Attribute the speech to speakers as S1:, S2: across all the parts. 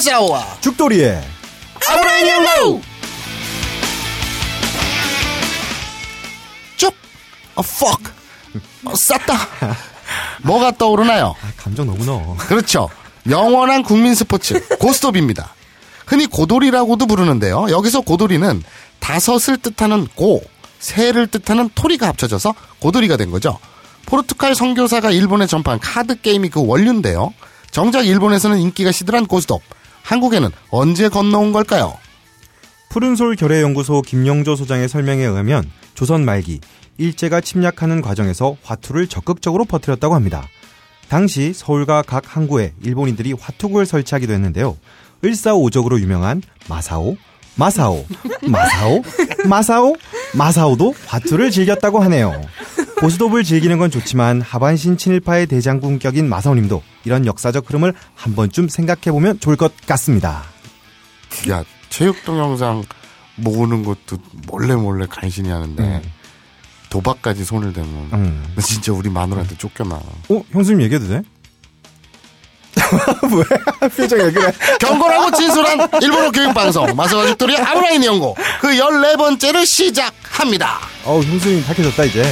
S1: 시사와
S2: 죽돌이의
S1: 아브라인 연구
S3: 쭉! 어, fuck! 어, 쌌다! 뭐가 떠오르나요?
S2: 아, 감정 너무 넣어.
S3: 그렇죠. 영원한 국민 스포츠 고스톱입니다. 흔히 고돌이라고도 부르는데요. 여기서 고돌이는 다섯을 뜻하는 고, 세를 뜻하는 토리가 합쳐져서 고돌이가 된 거죠. 포르투갈 선교사가 일본에 전파한 카드 게임이 그 원류인데요. 정작 일본에서는 인기가 시들한 고스톱. 한국에는 언제 건너온 걸까요?
S2: 푸른솔 결의연구소 김영조 소장의 설명에 의하면 조선 말기 일제가 침략하는 과정에서 화투를 적극적으로 퍼뜨렸다고 합니다. 당시 서울과 각 항구에 일본인들이 화투구를 설치하기도 했는데요. 을사오적으로 유명한 마사오, 마사오, 마사오, 마사오, 마사오도 화투를 즐겼다고 하네요. 고스톱을 즐기는 건 좋지만 하반신 친일파의 대장군격인 마사오님도 이런 역사적 흐름을 한 번쯤 생각해보면 좋을 것 같습니다.
S3: 야, 체육 동영상 모으는 것도 몰래 몰래 간신히 하는데 도박까지 손을 대면
S2: 음.
S3: 나 진짜 우리 마누라한테 쫓겨나.
S2: 어, 형수님 얘기해도 돼? 왜? 표정이 왜 그래?
S3: 경건하고 진솔한 일본어 교육 방송 마사와 죽돌이 아브라인 연구 그 14번째를 시작합니다.
S2: 어우, 형수님 밝혀졌다, 이제.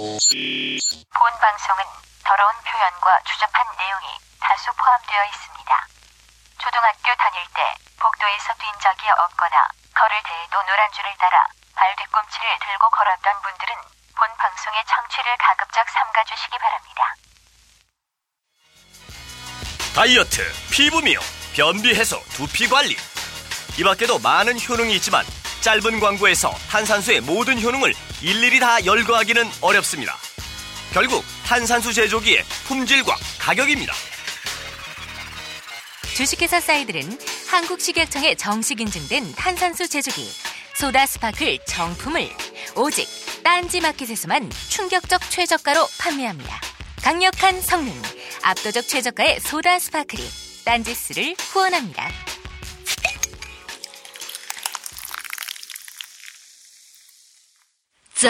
S4: 본 방송은 더러운 표현과 추접한 내용이 다수 포함되어 있습니다. 초등학교 다닐 때 복도에서 뛴 적이 없거나 걸을 때에도 노란 줄을 따라 발 뒤꿈치를 들고 걸었던 분들은 본 방송의 청취를 가급적 삼가주시기 바랍니다.
S5: 다이어트, 피부 미용, 변비 해소, 두피 관리. 이 밖에도 많은 효능이 있지만 짧은 광고에서 탄산수의 모든 효능을 일일이 다 열거하기는 어렵습니다. 결국 탄산수 제조기의 품질과 가격입니다.
S4: 주식회사 사이들은 한국식약청에 정식 인증된 탄산수 제조기 소다 스파클 정품을 오직 딴지 마켓에서만 충격적 최저가로 판매합니다. 강력한 성능, 압도적 최저가의 소다 스파클이 딴지스를 후원합니다.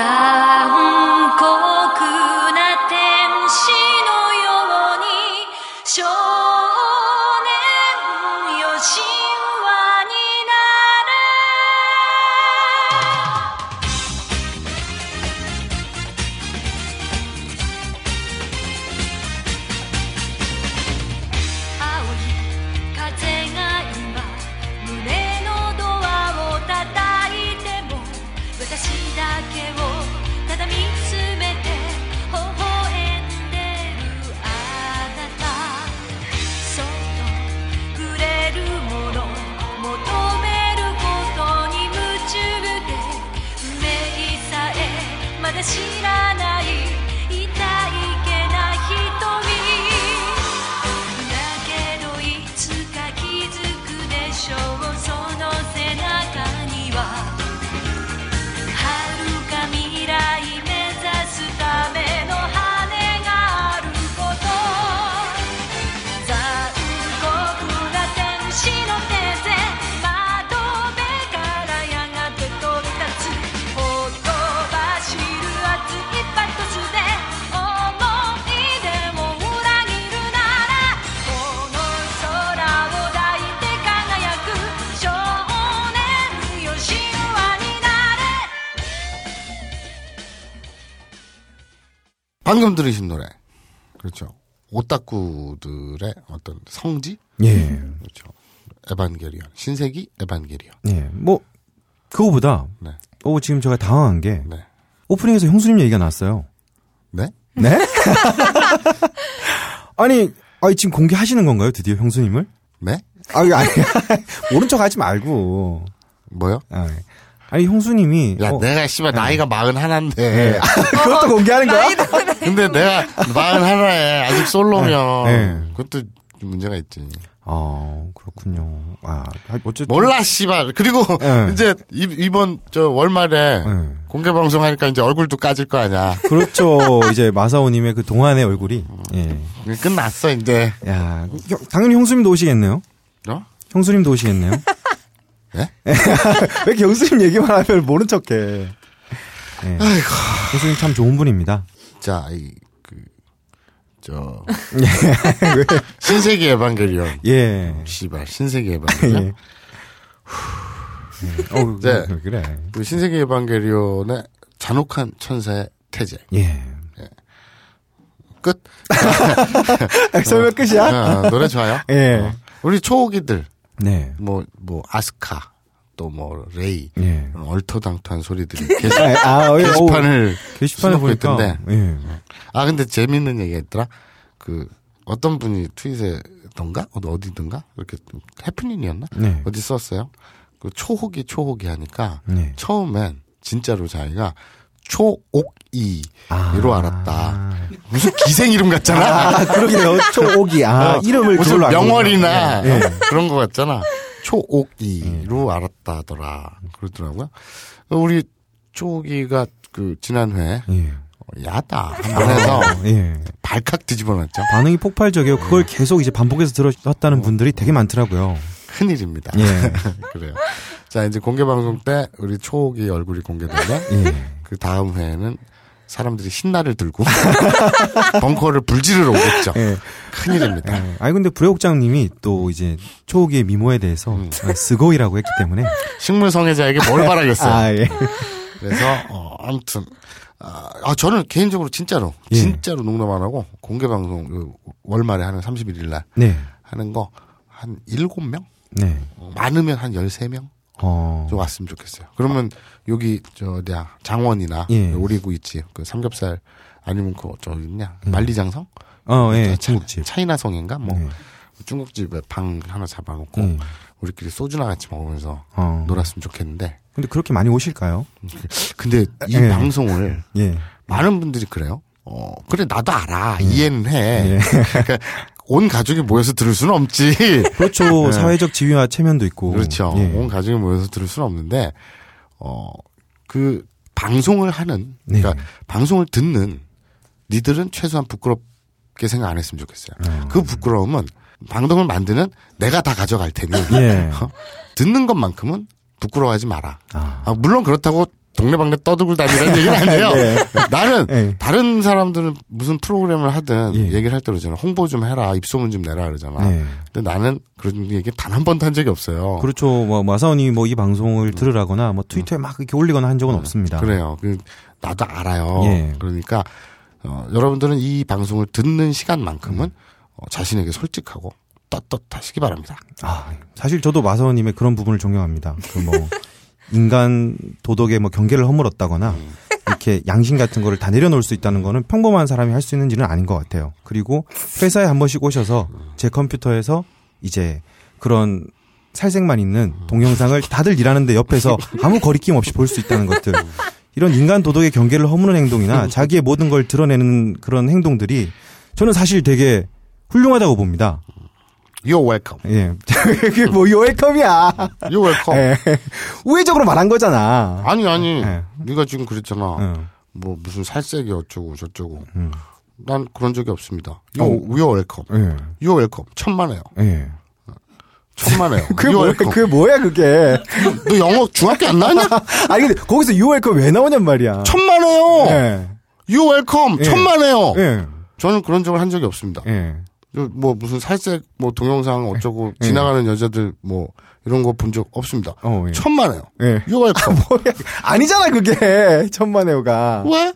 S6: 残酷な天使のように少年よ神話になれ青い風が今胸のドアを叩いても私だけをただ見つめて微笑んでるあなたそっとくれるもの求めることに夢中で運命さえまだ知らない痛いけな瞳だけどいつか気づくでしょうその背中には遥か未来目指すための羽があること残酷な天使の手で窓辺からやがて飛び立つほとばしる熱いパトスで思い出を裏切るならこの空を抱いて輝く少年よ神話になれ
S3: 방금 들으신 노래. 그렇죠. 오타쿠들의 어떤 성지?
S2: 예.
S3: 그렇죠. 에반게리온. 신세기 에반게리온.
S2: 예. 뭐, 그거보다,
S3: 네.
S2: 어, 지금 제가 당황한 게,
S3: 네.
S2: 오프닝에서 형수님 얘기가 나왔어요.
S3: 네?
S2: 네? 아니, 아니, 지금 공개하시는 건가요, 드디어 형수님을?
S3: 네?
S2: 아니, 아니, 오른쪽 하지 말고.
S3: 뭐요?
S2: 아, 아니, 형수님이.
S3: 야,
S2: 어,
S3: 내가 씨발 나이가 마흔 하나인데. 아,
S2: 예. 그것도 공개하는 거야?
S3: 근데 내가 마흔 하나에 아직 솔로면
S2: 네.
S3: 그것도 문제가 있지.
S2: 아, 그렇군요. 아, 어쨌든.
S3: 몰라 씨발. 그리고
S2: 예.
S3: 이제 이, 이번 저 월말에
S2: 예.
S3: 공개 방송 하니까 이제 얼굴도 까질 거 아니야.
S2: 그렇죠. 이제 마사오님의 그 동안의 얼굴이. 예.
S3: 끝났어 이제.
S2: 야, 그 형- 당연히 형수님도 오시겠네요.
S3: 어?
S2: 형수님도 오시겠네요.
S3: 예?
S2: 왜 이렇게 형수님 얘기만 하면 모른 척해? 예. 교수님 참 좋은 분입니다.
S3: 자, 이, 그, 저. 신세계 에반게리온.
S2: 예.
S3: 씨발, 신세계 에반게리온.
S2: 예. 어, 우
S3: 네.
S2: 그래.
S3: 그 신세계 에반게리온의 잔혹한 천사의 태제.
S2: 예.
S3: 끝.
S2: 설명 끝이야?
S3: 아, 노래 좋아요.
S2: 예.
S3: 어. 우리 초호기들,
S2: 네.
S3: 뭐, 뭐, 아스카, 또 뭐, 레이.
S2: 예.
S3: 이런 얼토당토한 소리들이 계속.
S2: 아, 아, 예. 어우,
S3: 게시판을
S2: 게시판을
S3: 수놓고
S2: 보니까
S3: 있던데.
S2: 예.
S3: 아 근데 재밌는 얘기가 있더라. 그 어떤 분이 트윗에던가 어디- 어디든가 이렇게 좀 해프닝이었나
S2: 네.
S3: 어디 썼어요. 그 초호기 초호기 하니까
S2: 네.
S3: 처음엔 진짜로 자기가 초옥이로 알았다. 무슨 기생 이름 같잖아.
S2: 아, 그러게요. 초옥이. 아,
S3: 어,
S2: 이름을
S3: 무슨
S2: 그걸로 알고 네,
S3: 명월이나
S2: 있는 거예요.
S3: 어, 그런 거 같잖아. 초옥이로
S2: 네.
S3: 알았다더라 그러더라고요. 우리 초옥이가 그 지난 회
S2: 예. 예.
S3: 어, 야다 하면서
S2: 아, 예.
S3: 발칵 뒤집어놨죠.
S2: 반응이 폭발적이에요. 그걸 계속 이제 반복해서
S3: 어.
S2: 들었다는 분들이 되게 많더라고요.
S3: 큰일입니다.
S2: 예.
S3: 그래요. 자, 이제 공개 방송 때 우리 초옥이 얼굴이 공개되면
S2: 예.
S3: 그 다음 회에는 사람들이 신나를 들고 벙커를 불지르러 오겠죠.
S2: 예.
S3: 큰일입니다.
S2: 아니 근데 불회옥장님이 또 이제 초옥의 미모에 대해서
S3: 음.
S2: 아, 스고이라고 했기 때문에
S3: 식물 성애자에게 뭘 바라겠어요.
S2: 아 예.
S3: 그래서 어, 아무튼 아, 아, 저는 개인적으로 진짜로
S2: 예.
S3: 진짜로 농담 안 하고 공개 방송 그 월말에 하는 31일 날
S2: 네.
S3: 하는 거 한 7명
S2: 네.
S3: 많으면 한 13명
S2: 어.
S3: 좀 왔으면 좋겠어요. 그러면 여기 저 어디야 장원이나
S2: 예.
S3: 오리구 있지 그 삼겹살 아니면 그 저기 있냐 만리장성
S2: 어, 음. 예.
S3: 저
S2: 중국집.
S3: 차, 이나성인가뭐
S2: 예.
S3: 중국집에 방 하나 잡아놓고
S2: 예.
S3: 우리끼리 소주나 같이 먹으면서
S2: 어.
S3: 놀았으면 좋겠는데
S2: 근데 그렇게 많이 오실까요?
S3: 근데 이
S2: 예.
S3: 방송을
S2: 예.
S3: 많은 분들이 그래요. 어 그래 나도 알아 이해는 해.
S2: 예.
S3: 그러니까 온 가족이 모여서 들을 수는 없지.
S2: 그렇죠. 사회적 지위와 체면도 있고.
S3: 네. 그렇죠.
S2: 예.
S3: 온 가족이 모여서 들을 수는 없는데 어 그 방송을 하는
S2: 네.
S3: 그러니까 방송을 듣는 니들은 최소한 부끄럽게 생각 안 했으면
S2: 아.
S3: 좋겠어요. 그 부끄러움은 방송을 만드는 내가 다 가져갈 테니
S2: 예.
S3: 어? 듣는 것만큼은 부끄러워하지 마라.
S2: 아.
S3: 아, 물론 그렇다고 동네방네 떠들고 다니라는 얘기는 아니에요. 나는
S2: 네. 예.
S3: 다른 사람들은 무슨 프로그램을 하든
S2: 예.
S3: 얘기를 할 때 그러잖아. 홍보 좀 해라, 입소문 좀 내라 그러잖아.
S2: 네.
S3: 근데 나는 그런 얘기 단 한 번도 한 적이 없어요.
S2: 그렇죠. 뭐 마사오님이 뭐 이 방송을 들으라거나 뭐 트위터에 막 이렇게 올리거나 한 적은 없습니다.
S3: 음. 그래요. 그 나도 알아요.
S2: 예.
S3: 그러니까 어, 여러분들은 이 방송을 듣는 시간만큼은
S2: 음.
S3: 어, 자신에게 솔직하고 떳떳하시기 바랍니다.
S2: 아, 사실 저도 마사오님의 그런 부분을 존경합니다. 그 뭐 인간 도덕의 뭐 경계를 허물었다거나 이렇게 양심 같은 거를 다 내려놓을 수 있다는 거는 평범한 사람이 할 수 있는 일은 아닌 것 같아요. 그리고 회사에 한 번씩 오셔서 제 컴퓨터에서 이제 그런 살색만 있는 동영상을 다들 일하는데 옆에서 아무 거리낌 없이 볼 수 있다는 것들. 이런 인간 도덕의 경계를 허무는 행동이나 자기의 모든 걸 드러내는 그런 행동들이 저는 사실 되게 훌륭하다고 봅니다.
S3: You're welcome.
S2: 예. 그게 뭐 요웰컴이야.
S3: You're welcome.
S2: 예. 우회적으로 말한 거잖아.
S3: 아니 아니.
S2: 예.
S3: 네가 지금 그랬잖아.
S2: 응.
S3: 뭐 무슨 살색이 어쩌고 저쩌고. 난 그런 적이 없습니다. You're, you're welcome.
S2: 음. 어. 예.
S3: You're welcome. 천만에요.
S2: 예.
S3: 천만에요.
S2: 그게
S3: You're
S2: 뭐야,
S3: welcome.
S2: 그게 뭐야, 그게.
S3: 너 영어 중학교 안 나왔냐?
S2: 아니, 근데 거기서 요웰컴 왜 나오냔 말이야.
S3: 천만에요.
S2: 예.
S3: You're welcome.
S2: 예.
S3: 천만에요.
S2: 예.
S3: 저는 그런 적을 한 적이 없습니다.
S2: 예.
S3: 저 뭐 무슨 살색 뭐 동영상 어쩌고 지나가는 여자들 뭐 이런 거 본 적 없습니다.
S2: 어, 예.
S3: 천만에요.
S2: 예.
S3: 요걸
S2: 뭐야. 아니잖아, 그게. 천만에오가.
S3: 왜?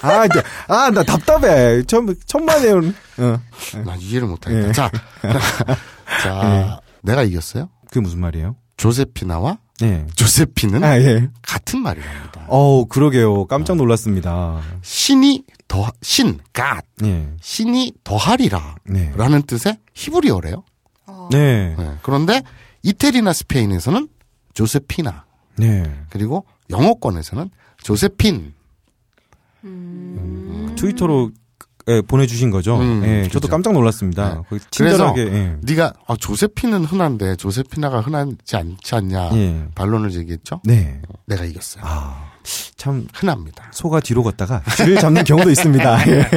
S2: 아, 이제, 아, 나 답답해. 천, 천만에오는. 어.
S3: 난 이해를
S2: 예.
S3: 못하겠다. 자, 자, 내가 이겼어요.
S2: 그게 무슨 말이에요?
S3: 조세피나와
S2: 예.
S3: 조세피는
S2: 아, 예.
S3: 같은 말이랍니다.
S2: 어우, 그러게요. 깜짝 놀랐습니다.
S3: 신이 더신 God
S2: 예.
S3: 신이 더하리라라는
S2: 네.
S3: 뜻의 히브리어래요.
S2: 네.
S3: 네. 그런데 이태리나 스페인에서는 조세피나
S2: 네.
S3: 그리고 영어권에서는 조세핀
S2: 음. 트위터로 예, 보내주신 거죠.
S3: 음,
S2: 예,
S3: 그렇죠.
S2: 저도 깜짝
S3: 네.
S2: 놀랐습니다. 거의 친절하게. 예.
S3: 네가 아, 조세피는 흔한데 조세피나가 흔하지 않지 않냐
S2: 예.
S3: 반론을 제기했죠.
S2: 네.
S3: 내가 이겼어요.
S2: 참
S3: 흔합니다.
S2: 소가 뒤로 걷다가 쥐를 잡는 경우도 있습니다. 예.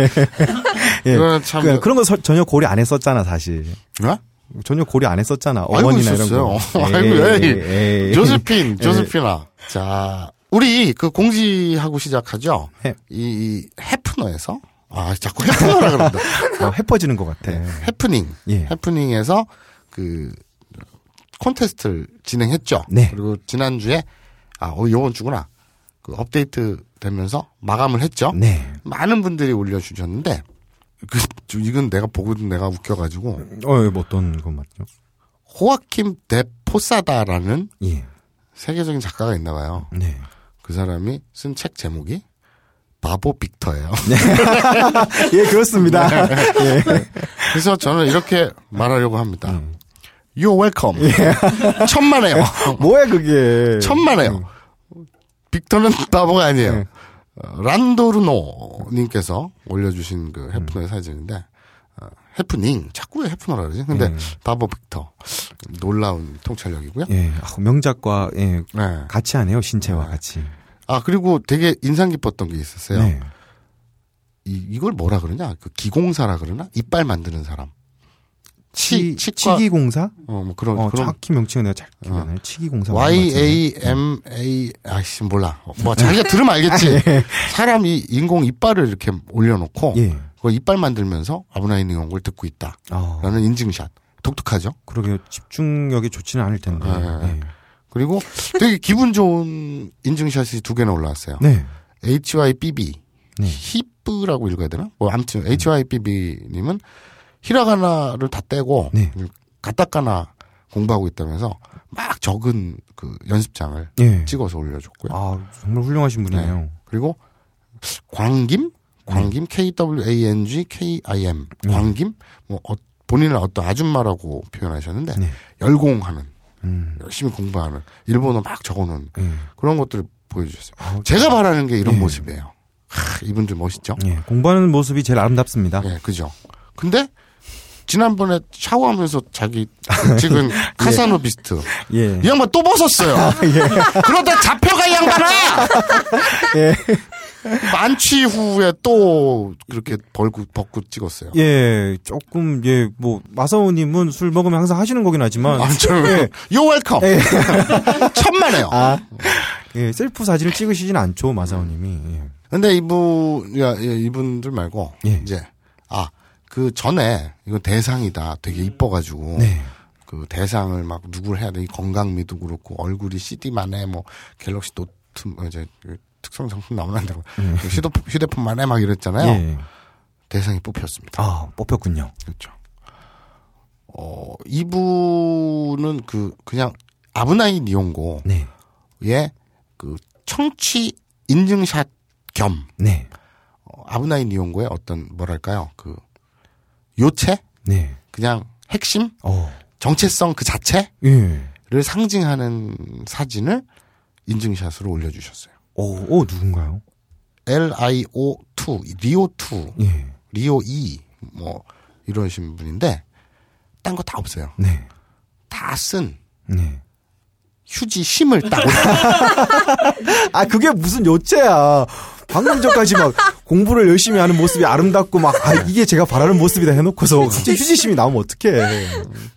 S2: 예.
S3: 그건 참-
S2: 그, 런거 서- 전혀 고려 안 했었잖아 사실.
S3: 어?
S2: 전혀 고려 안 했었잖아.
S3: 알고
S2: 어머니나 이런 예,
S3: 있었어요.
S2: 거.
S3: 알고
S2: 에이,
S3: 에이.
S2: 에이.
S3: 조세핀, 조세피나. 자 우리 그 공지하고 시작하죠.
S2: 해.
S3: 이, 이 해프너에서 아 자꾸 해프너라 그런다.
S2: 어, 해퍼지는 것 같아.
S3: 해프닝
S2: 예.
S3: 해프닝에서 그 콘테스트를 진행했죠.
S2: 네.
S3: 그리고 지난 주에 아 어, 요번 주구나 그 업데이트 되면서 마감을 했죠.
S2: 네.
S3: 많은 분들이 올려주셨는데 그 저- 이건 내가 보고 내가 웃겨가지고
S2: 어, 뭐 어떤 건 맞죠?
S3: 호아킴 데 포사다라는
S2: 예.
S3: 세계적인 작가가 있나봐요.
S2: 네.
S3: 그 사람이 쓴 책 제목이 바보 빅터예요.
S2: 예, 그렇습니다.
S3: 네.
S2: 예.
S3: 그래서 저는 이렇게 말하려고 합니다. You're welcome. 천만에요.
S2: 뭐야, 그게.
S3: 천만에요.
S2: 음.
S3: 빅터는 바보가 아니에요.
S2: 네.
S3: 어, 란도르노님께서 올려주신 그 해프너의
S2: 음.
S3: 사진인데, 어, 해프닝. 자꾸 왜 해프너라 그러지? 근데
S2: 음.
S3: 바보 빅터. 놀라운 통찰력이고요.
S2: 예. 아, 명작과, 예.
S3: 네.
S2: 같이 하네요, 신체와 같이.
S3: 아, 그리고 되게 인상 깊었던 게 있었어요.
S2: 네.
S3: 이, 이걸 뭐라 그러냐? 그 기공사라 그러나? 이빨 만드는 사람. 치,
S2: 치,
S3: 치과.
S2: 기공사
S3: 어, 뭐 그런,
S2: 어,
S3: 그런
S2: 정확히 명칭은 내가 잘 기억이 안 나요. 치기공사. 맞는 것 같은데.
S3: YAMA, 아씨, 몰라. 뭐, 자기가 들으면 알겠지. 사람이 인공 이빨을 이렇게 올려놓고,
S2: 예.
S3: 그 이빨 만들면서 아브나인 응원을 듣고 있다.
S2: 아,
S3: 라는 인증샷. 독특하죠?
S2: 그러게요. 집중력이 좋지는 않을 텐데.
S3: 네. 그리고 되게 기분 좋은 인증샷이 두 개나 올라왔어요.
S2: 네.
S3: HYBB.
S2: 네.
S3: 히브라고 읽어야 되나? 뭐, 아무튼, HYBB님은 히라가나를 다 떼고,
S2: 네.
S3: 가타카나 공부하고 있다면서 막 적은 그 연습장을
S2: 예.
S3: 찍어서 올려줬고요.
S2: 아, 정말 훌륭하신 분이에요.
S3: 그리고 광김 광김
S2: 음.
S3: K W A N G K I M
S2: 네.
S3: 광김 뭐 어, 본인을 어떤 아줌마라고 표현하셨는데
S2: 네.
S3: 열공하는
S2: 음.
S3: 열심히 공부하는 일본어 막 적어놓은
S2: 예.
S3: 그런 것들을 보여주셨어요.
S2: 아,
S3: 제가 바라는 게 이런
S2: 예.
S3: 모습이에요. 하, 이분들 멋있죠?
S2: 예. 공부하는 모습이 제일 아름답습니다.
S3: 예, 그죠. 근데 지난번에 샤워하면서 자기
S2: 네.
S3: 지금 카사노비스트
S2: 예.
S3: 이 양반 또 벗었어요.
S2: 아,
S3: 그러다 잡혀가 이 양반아.
S2: 예.
S3: 만취 후에 또 그렇게 벌고 벗고 찍었어요.
S2: 예, 조금, 예, 뭐, 마사오님은 술 먹으면 항상 하시는 거긴 하지만,
S3: 아무튼 요 웰컴 천만에요.
S2: 예, 셀프 사진을 찍으시진 않죠, 마사오님이. 예.
S3: 근데 이분 야, 예, 이분들 말고
S2: 예.
S3: 이제 아 그 전에 이거 대상이다 되게 이뻐가지고
S2: 네.
S3: 그 대상을 막 누굴 해야 돼. 이 건강미도 그렇고 얼굴이 CD만 해. 뭐 갤럭시 노트 뭐 이제 그 특성 상품 나오는다고 그 휴대폰, 휴대폰만 해 막 이랬잖아요.
S2: 예.
S3: 대상이 뽑혔습니다.
S2: 아, 뽑혔군요.
S3: 그렇죠. 어, 이분은 그, 그냥, 아브나이 니온고의
S2: 네.
S3: 그, 청취 인증샷 겸,
S2: 네.
S3: 어, 아브나이 니온고의 어떤, 뭐랄까요, 그, 요체?
S2: 네.
S3: 그냥 핵심?
S2: 어.
S3: 정체성 그 자체를
S2: 예.
S3: 상징하는 사진을 인증샷으로 올려주셨어요.
S2: 오, 오, 누군가요?
S3: LIO2, 리오2,
S2: 예.
S3: 리오2, 뭐, 이러신 분인데, 딴 거 다 없어요.
S2: 네.
S3: 다 쓴
S2: 네.
S3: 휴지 심을 딱 올려-
S2: 아, 그게 무슨 요체야. 방금 전까지 막 공부를 열심히 하는 모습이 아름답고 막, 아, 이게 제가 바라는 모습이다 해놓고서 갑자기 휴지심이 나오면 어떡해.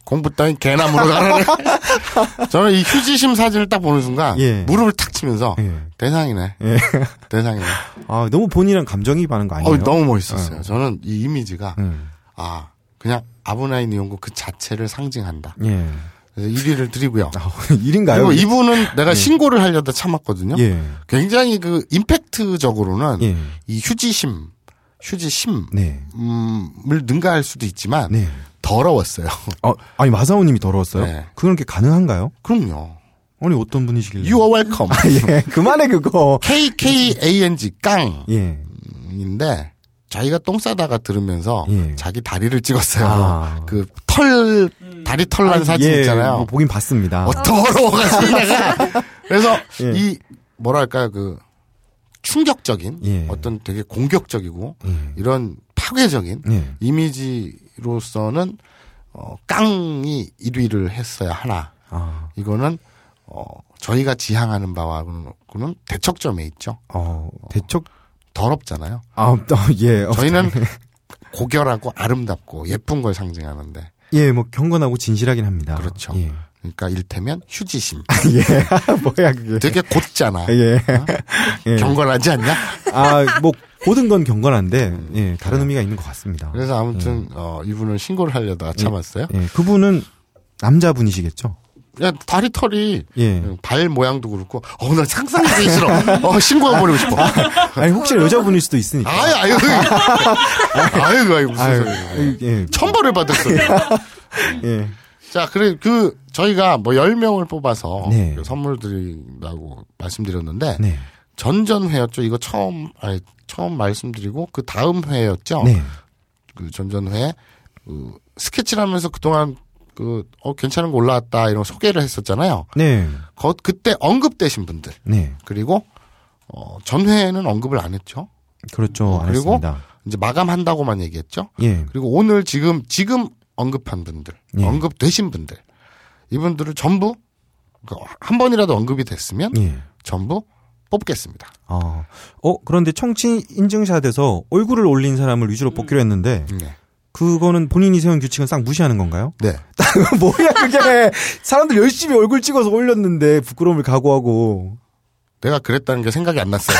S3: 공부 따윈 개나무로 가라네. 저는 이 휴지심 사진을 딱 보는 순간
S2: 예.
S3: 무릎을 탁 치면서
S2: 예.
S3: 대상이네. 대상이네.
S2: 아, 너무 본인이랑 감정이입하는 거 아니에요?
S3: 어, 너무 멋있었어요. 저는 이 이미지가
S2: 음.
S3: 아 그냥 아브나인 이용고 그 자체를 상징한다.
S2: 예.
S3: 그래서 1위를 드리고요.
S2: 아, 일인가요?
S3: 그리고 이분은 내가 신고를 하려다 참았거든요.
S2: 예.
S3: 굉장히 그 임팩트적으로는
S2: 예.
S3: 이 휴지심, 휴지심을 음,
S2: 네.
S3: 능가할 수도 있지만
S2: 네.
S3: 더러웠어요.
S2: 아, 아니, 마사오님이 더러웠어요?
S3: 네.
S2: 그런 게 가능한가요?
S3: 그럼요.
S2: 아니, 어떤 분이시길래.
S3: You are welcome.
S2: 예, 그만해, 그거.
S3: KKANG 깡인데
S2: 예.
S3: 자기가 똥 싸다가 들으면서
S2: 예.
S3: 자기 다리를 찍었어요.
S2: 아.
S3: 그 털 다리 털난 사진
S2: 예,
S3: 있잖아요.
S2: 뭐 보긴 봤습니다.
S3: 어 더러워가지고 내가 그래서
S2: 예.
S3: 이 뭐랄까 그 충격적인
S2: 예.
S3: 어떤 되게 공격적이고
S2: 예.
S3: 이런 파괴적인
S2: 예.
S3: 이미지로서는 어, 깡이 1위를 했어야 하나
S2: 아,
S3: 이거는 어, 저희가 지향하는 바와는 그는 대척점에 있죠.
S2: 어, 대척,
S3: 더럽잖아요.
S2: 아, 어, 예. 어,
S3: 저희는 고결하고 아름답고 예쁜 걸 상징하는데
S2: 예, 뭐 경건하고 진실하긴 합니다.
S3: 그렇죠.
S2: 예.
S3: 그러니까 일테면 휴지심.
S2: 예. 뭐야 그게.
S3: 되게 곧잖아.
S2: 예. 예.
S3: 경건하지 않냐?
S2: 아, 뭐 모든 건 경건한데 예, 다른 의미가 있는 것
S3: 음.
S2: 같습니다.
S3: 네. 그래서 아무튼 어, 이분은 신고를 하려다가 참았어요.
S2: 음. 예, 그분은 남자분이시겠죠?
S3: 야 다리 털이
S2: 예.
S3: 발 모양도 그렇고 어나 상상하기 싫어. 어 신고해 버리고 싶어.
S2: 아니 혹시 나 여자분일 수도 있으니까.
S3: 아유 아유 아유 아유 무슨
S2: 아유,
S3: 소리야.
S2: 예,
S3: 천벌을 받았어요.
S2: 예,
S3: 자, 그래 그 저희가 뭐 10명을 뽑아서
S2: 네.
S3: 그 선물 드린다고 말씀드렸는데
S2: 네,
S3: 전전 회였죠. 이거 처음 아니, 처음 말씀드리고 그 다음 회였죠.
S2: 네,
S3: 그 전전 회에 그 스케치를 하면서 그동안 그 어 괜찮은 거 올라왔다 이런 소개를 했었잖아요.
S2: 네,
S3: 거, 그때 언급되신 분들
S2: 네,
S3: 그리고 어 전회에는 언급을 안 했죠.
S2: 그렇죠. 안
S3: 어, 그리고
S2: 했습니다.
S3: 이제 마감한다고만 얘기했죠.
S2: 예,
S3: 그리고 오늘 지금 지금 언급한 분들,
S2: 예.
S3: 언급되신 분들 이분들을 전부 그러니까 한 번이라도 언급이 됐으면
S2: 예.
S3: 전부 뽑겠습니다.
S2: 아, 어 그런데 청취 인증샷에서 얼굴을 올린 사람을 위주로 뽑기로 했는데
S3: 네.
S2: 그거는 본인이 세운 규칙은 싹 무시하는 건가요?
S3: 네.
S2: 뭐야 그게 사람들 열심히 얼굴 찍어서 올렸는데 부끄러움을 각오하고
S3: 내가 그랬다는 게 생각이 안 났어요.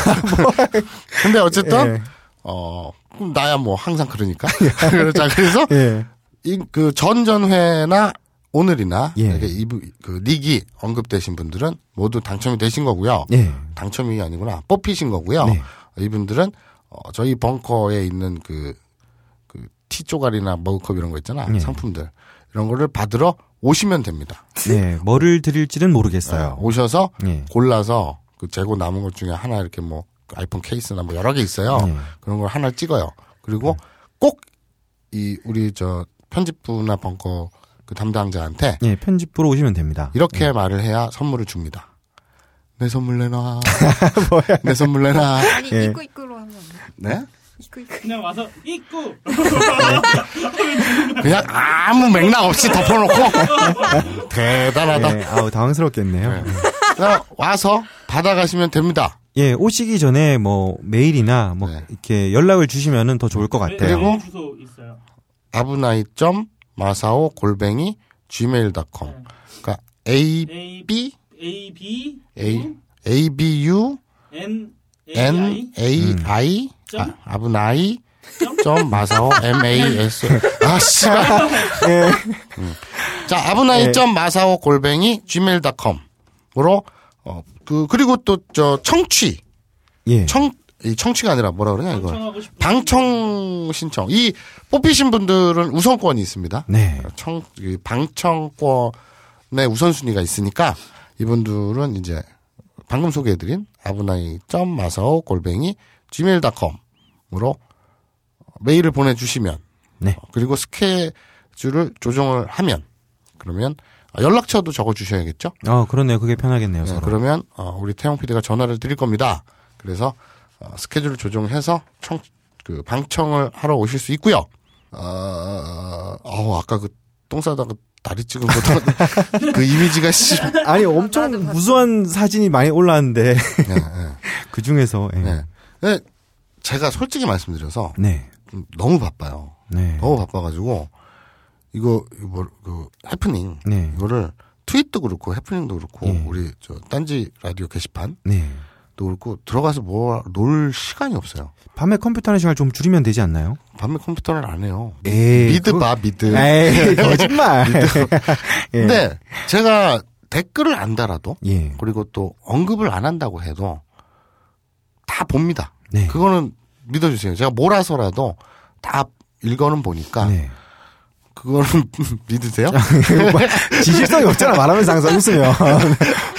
S3: 근데 어쨌든
S2: 예.
S3: 어 그럼 나야 뭐 항상 그러니까. 자 그래서
S2: 예.
S3: 이 그 전전회나 오늘이나
S2: 예.
S3: 이렇게 이부- 그 닉이 언급되신 분들은 모두 당첨이 되신 거고요.
S2: 예.
S3: 당첨이 아니구나 뽑히신 거고요.
S2: 네.
S3: 이분들은 어, 저희 벙커에 있는 그, 그 티조가리나 머그컵 이런 거 있잖아
S2: 예.
S3: 상품들 이런 거를 받으러 오시면 됩니다.
S2: 네, 뭐를 드릴지는 모르겠어요.
S3: 네. 오셔서
S2: 예.
S3: 골라서 그 재고 남은 것 중에 하나 이렇게 뭐 아이폰 케이스나 뭐 여러 개 있어요.
S2: 예.
S3: 그런 걸 하나 찍어요. 그리고 꼭 이 우리 저 편집부나 벙커 그 담당자한테
S2: 예, 편집부로 오시면 됩니다.
S3: 이렇게 말을 해야 선물을 줍니다. 내 선물 내놔. 내 선물 내놔.
S7: 아니
S2: 예.
S7: 이끌 이끌로 하면 안 돼.
S3: 네?
S7: 이끌 이끌.
S8: 그냥 와서 입구
S3: 네? 그냥 아무 맥락 없이 덮어놓고 대단하다.
S2: 예, 아우 당황스럽겠네요.
S3: 그냥 와서 받아가시면 됩니다.
S2: 예, 오시기 전에 뭐 메일이나 뭐
S3: 네.
S2: 이렇게 연락을 주시면은 더 좋을 것 같아요.
S3: 그리고-
S8: 네, 주소 있어요.
S3: 아브나이 점 마사오 골뱅이
S8: 네.
S3: gmail.com. 그러니까 a
S8: A B
S3: b
S8: A B
S3: a a b u
S8: N A I
S3: n a i
S8: 점?
S3: 아, 브나이점 마사오 m a s 아 씨발.
S8: 네.
S3: 음. 자 아브나이 점 마사오 골뱅이 gmail.com으로 어그 그리고 또 저 청취
S2: 예.
S3: 청, 이 청취가 아니라 뭐라 그러냐, 이거.
S8: 청하고 싶은
S3: 방청 신청. 이 뽑히신 분들은 우선권이 있습니다.
S2: 네.
S3: 청, 이 방청권의 우선순위가 있으니까 이분들은 이제 방금 소개해드린 아브나이 점 마사오 골뱅이 gmail.com으로 메일을 보내주시면
S2: 네.
S3: 어, 그리고 스케줄을 조정을 하면 그러면 연락처도 적어주셔야겠죠?
S2: 아, 그러네요. 그게 편하겠네요.
S3: 네,
S2: 서로.
S3: 그러면 어, 우리 태영 PD가 전화를 드릴 겁니다. 그래서 어, 스케줄을 조정해서 청, 그 방청을 하러 오실 수 있고요. 어, 아우 아까 그 똥 싸다가 다리 찍은 것도 그 이미지가 씨.
S2: 아니, 엄청 무수한 사진이 많이
S3: 네,
S2: 올라왔는데
S3: 네,
S2: 그 중에서 예.
S3: 네.
S2: 네.
S3: 네, 제가 솔직히 말씀드려서
S2: 네.
S3: 좀 너무 바빠요.
S2: 네.
S3: 너무 바빠가지고 이거 뭐그 해프닝
S2: 네.
S3: 이거를 트윗도 그렇고 해프닝도 그렇고
S2: 예.
S3: 우리 저 딴지 라디오 게시판
S2: 네.
S3: 또 그렇고 들어가서 뭐 놀 시간이 없어요.
S2: 밤에 컴퓨터 하는 시간을 좀 줄이면 되지 않나요?
S3: 밤에 컴퓨터를 안 해요.
S2: 에이,
S3: 미드
S2: 예, 그거- 아, 예.
S3: 봐 미드.
S2: 에이, 거짓말. 예.
S3: 근데 제가 댓글을 안 달아도
S2: 예.
S3: 그리고 또 언급을 안 한다고 해도 다 봅니다.
S2: 네.
S3: 그거는 믿어주세요. 제가 몰아서라도 다 읽어는 보니까
S2: 네. 아,
S3: 그거는 믿으세요?
S2: 지실성이 없잖아. 말하면서 항상 웃으면.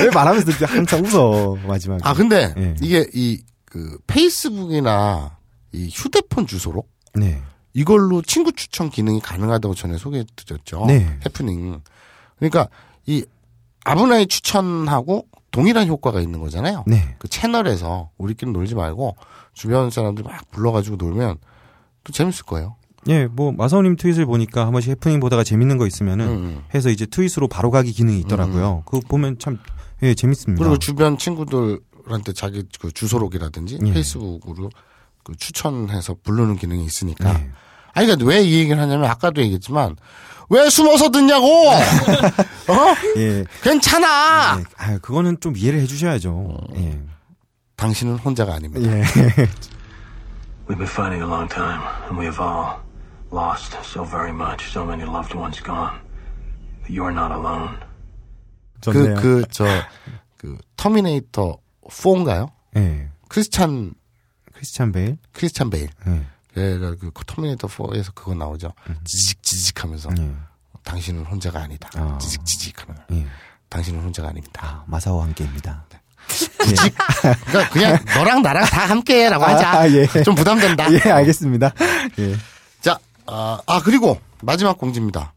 S2: 왜 말하면서 이렇게 항상 웃어. 마지막에.
S3: 아 근데
S2: 예.
S3: 이게 이 그 페이스북이나 이 휴대폰 주소로
S2: 네.
S3: 이걸로 친구 추천 기능이 가능하다고 전에 소개해드렸죠.
S2: 네.
S3: 해프닝. 그러니까 이 아브나이 추천하고 동일한 효과가 있는 거잖아요.
S2: 네.
S3: 그 채널에서 우리끼리 놀지 말고 주변 사람들 막 불러가지고 놀면 또 재밌을 거예요.
S2: 예, 뭐 마사오님 트윗을 보니까 한 번씩 해프닝 보다가 재밌는 거 있으면은
S3: 음.
S2: 해서 이제 트윗으로 바로 가기 기능이 있더라고요. 그거 보면 참 예, 재밌습니다.
S3: 그리고 주변 친구들한테 자기 그 주소록이라든지
S2: 예.
S3: 페이스북으로 그 추천해서 부르는 기능이 있으니까
S2: 네.
S3: 아니, 그러니까 왜 이 얘기를 하냐면 아까도 얘기했지만 왜 숨어서 듣냐고.
S2: 네.
S3: 어?
S2: 예.
S3: 괜찮아.
S2: 예. 아, 그거는 좀 이해를 해주셔야죠.
S3: 음.
S2: 예.
S3: 당신은 혼자가 아닙니다.
S2: 예.
S7: We've been fighting a long time, and we have all lost so very much, so many loved ones gone. But you are not alone.
S3: 그
S2: 좋네요.
S3: 그 저 그 터미네이터 4인가요?
S2: 예.
S3: 크리스찬
S2: 크리스찬 베일.
S3: 크리스찬 베일.
S2: 예.
S3: 예, 그 터미네이터 4에서 그거 나오죠. 지직 지직하면서
S2: 예.
S3: 당신은 혼자가 아니다.
S2: 아.
S3: 지직 지직하면
S2: 예.
S3: 당신은 혼자가 아닙니다.
S2: 아, 마사오 함께입니다.
S3: 그러니까 그냥 너랑 나랑 다 함께라고
S2: 아,
S3: 하자.
S2: 아, 예.
S3: 좀 부담된다.
S2: 예, 알겠습니다. 예.
S3: 자, 아, 아, 그리고 마지막 공지입니다.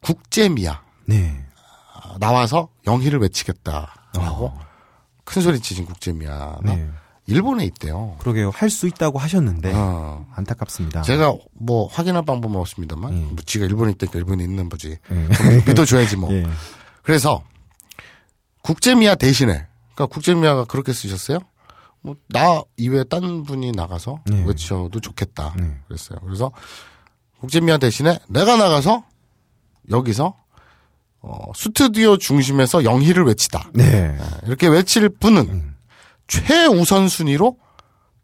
S3: 국제미야
S2: 네.
S3: 아, 나와서 영희를 외치겠다라고 큰 소리 치신 국제미야가
S2: 어. 네.
S3: 일본에 있대요.
S2: 그러게요. 할 수 있다고 하셨는데
S3: 어.
S2: 안타깝습니다.
S3: 제가 뭐 확인할 방법은 없습니다만
S2: 예.
S3: 뭐 지가 일본에 있다니까 일본에 있는 거지
S2: 예.
S3: 믿어줘야지 뭐
S2: 예.
S3: 그래서 국제미야 대신에 그러니까 국제미야가 그렇게 쓰셨어요 뭐 나 이외에 딴 분이 나가서
S2: 예.
S3: 외쳐도 좋겠다
S2: 네.
S3: 그랬어요 그래서 국제미야 대신에 내가 나가서 여기서 어, 스튜디오 중심에서 영희를 외치다
S2: 네. 음.
S3: 이렇게 외칠 분은 최우선 순위로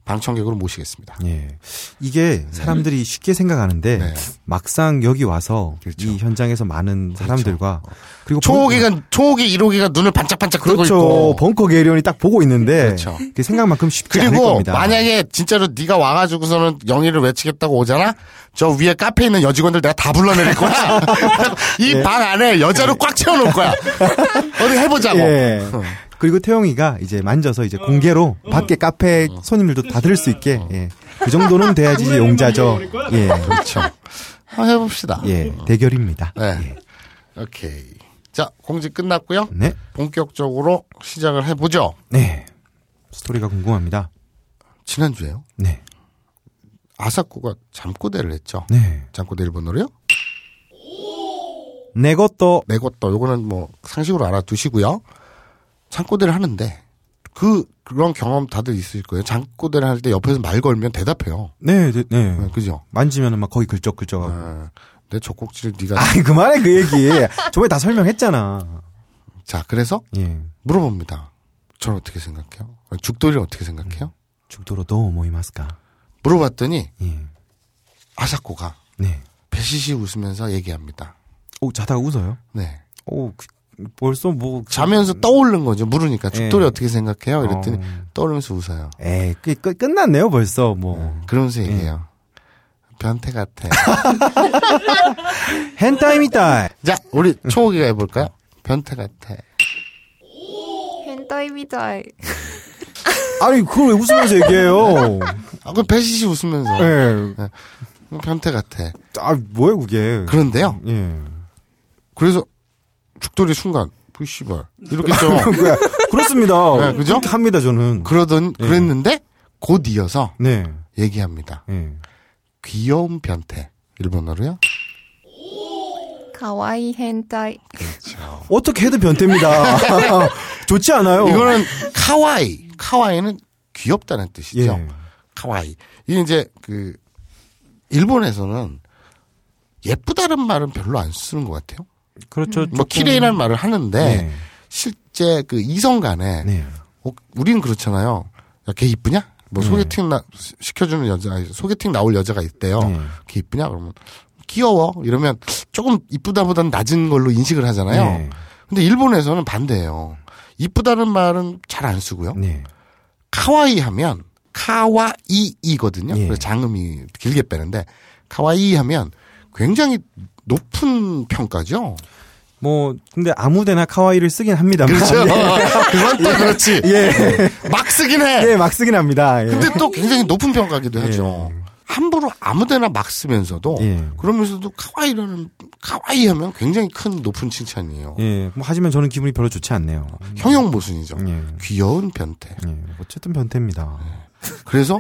S3: 방청객으로 모시겠습니다
S2: 예. 이게 사람들이 쉽게 생각하는데
S3: 네.
S2: 막상 여기 와서
S3: 그렇죠.
S2: 이 현장에서 많은 사람들과 그리고
S3: 초호기가 초호기 1호기가 눈을 반짝반짝 뜨고
S2: 그렇죠.
S3: 있고
S2: 벙커 게리온이 딱 보고 있는데
S3: 그렇죠.
S2: 그게 생각만큼 쉽지 않을
S3: 그리고
S2: 겁니다.
S3: 만약에 진짜로 네가 와가지고서는 영희를 외치겠다고 오잖아 저 위에 카페에 있는 여직원들 내가 다 불러내릴 거야 이
S2: 네.
S3: 방 안에 여자로 꽉 채워놓을 거야 어디 해보자고
S2: 예. 그리고 태용이가 이제 만져서 이제 공개로 밖에 카페
S3: 어.
S2: 손님들도 다 들을 수 있게 예. 그 정도는 돼야지 이제 용자죠. 예.
S3: 그렇죠 한번 해봅시다
S2: 예. 대결입니다.
S3: 네. 오케이 자 공지 끝났고요
S2: 네.
S3: 본격적으로 시작을 해보죠
S2: 네. 스토리가 궁금합니다.
S3: 지난주에요
S2: 네.
S3: 아사코가 잠꼬대를 했죠
S2: 네.
S3: 잠꼬대 일본어로요
S2: 내 것도
S3: 내 것도 요거는 뭐 상식으로 알아두시고요. 창고대를 하는데 그 그런 경험 다들 있을 거예요. 창고대를 할 때 옆에서 말 걸면 대답해요.
S2: 네, 네, 아, 네.
S3: 네, 그죠?
S2: 만지면은 막 거의 글적글적하고.
S3: 어, 내 젖꼭지를 네가
S2: 아이 그만해 그 얘기. 저번에 다 설명했잖아.
S3: 자 그래서
S2: 예.
S3: 물어봅니다. 저는 어떻게 생각해요? 죽돌이를 어떻게 생각해요?
S2: 죽도록 도우 모이마스까.
S3: 물어봤더니
S2: 예.
S3: 아사코가
S2: 네.
S3: 배시시 웃으면서 얘기합니다.
S2: 오 자다가 웃어요.
S3: 네.
S2: 오 그- 벌써 뭐
S3: 자면서 떠오른 거죠. 물으니까 죽돌이
S2: 예.
S3: 어떻게 생각해요? 이랬더니
S2: 어.
S3: 떠오르면서 웃어요.
S2: 에이 끝, 끝 끝났네요 벌써 뭐
S3: 그러면서 얘기해요. 변태 같아.
S2: 헨타이미다.
S3: 자, 우리 초호기가 해볼까요? 변태 같아.
S9: 헨타이미자이.
S2: 아니 그걸 왜 웃으면서 얘기해요?
S3: 아, 그 배시시 웃으면서.
S2: 예.
S3: 변태 같아.
S2: 아 뭐야 그게?
S3: 그런데요.
S2: 예.
S3: 그래서 죽돌이 순간, 그 씨발. 이렇게 좀.
S2: 뭐야, 그렇습니다.
S3: 네, 그죠?
S2: 그렇게 합니다 저는.
S3: 그러던, 그랬는데, 곧 이어서
S2: 네.
S3: 얘기합니다.
S2: 예.
S3: 귀여운 변태. 일본어로요?
S9: 가와이 헨타이.
S2: 어떻게 해도 변태입니다. 좋지 않아요.
S3: 이거는 카와이. 카와이는 귀엽다는 뜻이죠.
S2: 예.
S3: 카와이. 이게 이제 그, 일본에서는 예쁘다는 말은 별로 안 쓰는 것 같아요.
S2: 그렇죠.
S3: 뭐,
S2: 조금-
S3: 키레이라는 말을 하는데,
S2: 네.
S3: 실제 그 이성 간에
S2: 네.
S3: 어, 우린 그렇잖아요. 야, 걔 이쁘냐? 뭐
S2: 네.
S3: 소개팅 나, 시- 시켜주는 여자, 아니, 소개팅 나올 여자가 있대요.
S2: 네.
S3: 걔 이쁘냐? 그러면 귀여워. 이러면 조금 이쁘다보단 낮은 걸로 인식을 하잖아요.
S2: 네.
S3: 근데 일본에서는 반대예요. 이쁘다는 말은 잘 안 쓰고요.
S2: 네.
S3: 카와이 하면 카와이이거든요.
S2: 예.
S3: 그래서 장음이 길게 빼는데 카와이 하면 굉장히 높은 평가죠.
S2: 뭐 근데 아무데나 카와이를 쓰긴 합니다만.
S3: 그렇죠. 그건 또 그렇지. 어.
S2: 예.
S3: 막 쓰긴 해.
S2: 예, 막 쓰긴 합니다. 예.
S3: 근데 또 굉장히 높은 평가기도 하죠. 함부로 아무데나 막 쓰면서도
S2: 예.
S3: 그러면서도 카와이라는 카와이 하면 굉장히 큰 높은 칭찬이에요.
S2: 예. 뭐 하지만 저는 기분이 별로 좋지 않네요.
S3: 음. 형용 모순이죠.
S2: 예.
S3: 귀여운 변태.
S2: 예. 어쨌든 변태입니다.
S3: 그래서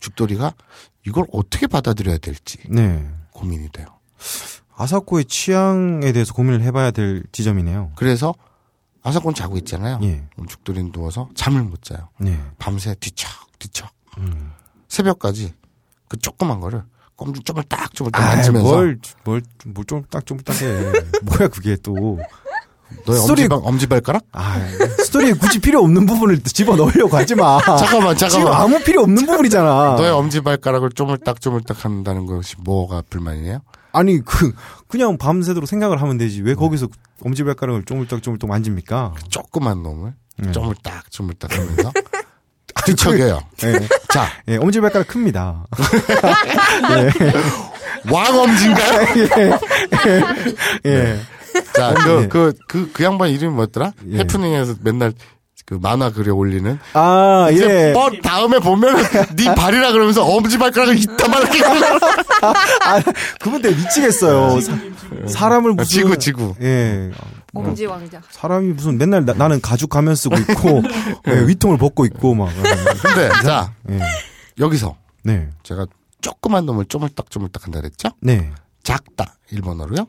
S3: 죽돌이가 이걸 어떻게 받아들여야 될지
S2: 네.
S3: 고민이 돼요.
S2: 아사코의 취향에 대해서 고민을 해봐야 될 지점이네요.
S3: 그래서 아사콘 자고 있잖아요.
S2: 예.
S3: 그럼 죽돌이는 누워서 잠을 못 자요.
S2: 네. 음.
S3: 밤새 뒤척 뒤척 새벽까지 그 조그만 거를 꼼좀 쪼물딱 쪼물딱
S2: 아이,
S3: 만지면서
S2: 뭘, 뭘, 뭘 좀, 딱, 좀, 딱 해. 뭐야, 그게 또.
S3: 너의
S2: 소리-
S3: 엄지발, 엄지발가락?
S2: 아, 스토리에 굳이 필요 없는 부분을 집어 넣으려고 하지 마.
S3: 잠깐만, 잠깐만.
S2: 지금 아무 필요 없는 부분이잖아.
S3: 너의 엄지발가락을 쪼물딱 쪼물딱 한다는 것이 뭐가 불만이에요?
S2: 아니, 그, 그냥 밤새도록 생각을 하면 되지. 왜 거기서 엄지발가락을 쪼물딱쪼물딱 만집니까?
S3: 조그만 놈을
S2: 네.
S3: 쪼물딱 쪼물딱 하면서 뒤척여요.
S2: 예,
S3: 자,
S2: 예, 엄지발가락 큽니다.
S3: 왕엄지인가요? 네.
S2: 예.
S3: 자,
S2: 예.
S3: 그, 그, 그, 그 양반 이름이 뭐였더라?
S2: 예.
S3: 해프닝에서 맨날 그 만화 그려 올리는.
S2: 아,
S3: 이제 뭐?
S2: 예.
S3: 뻗 다음에 보면 네 발이라 그러면서 엄지발가락을 이따 말하게
S2: 아, 그분들 미치겠어요. 사, 사람을 무슨.
S3: 아, 지구, 지구.
S2: 아, 예.
S9: 엄지 왕자.
S2: 사람이 무슨 맨날 나, 는 가죽 가면 쓰고 있고, 예, 위통을 벗고 있고, 막.
S3: 근데, 자,
S2: 예.
S3: 여기서
S2: 네.
S3: 제가 조그만 놈을 쪼물딱 쪼물딱 한다 그랬죠?
S2: 네.
S3: 작다. 일본어로요?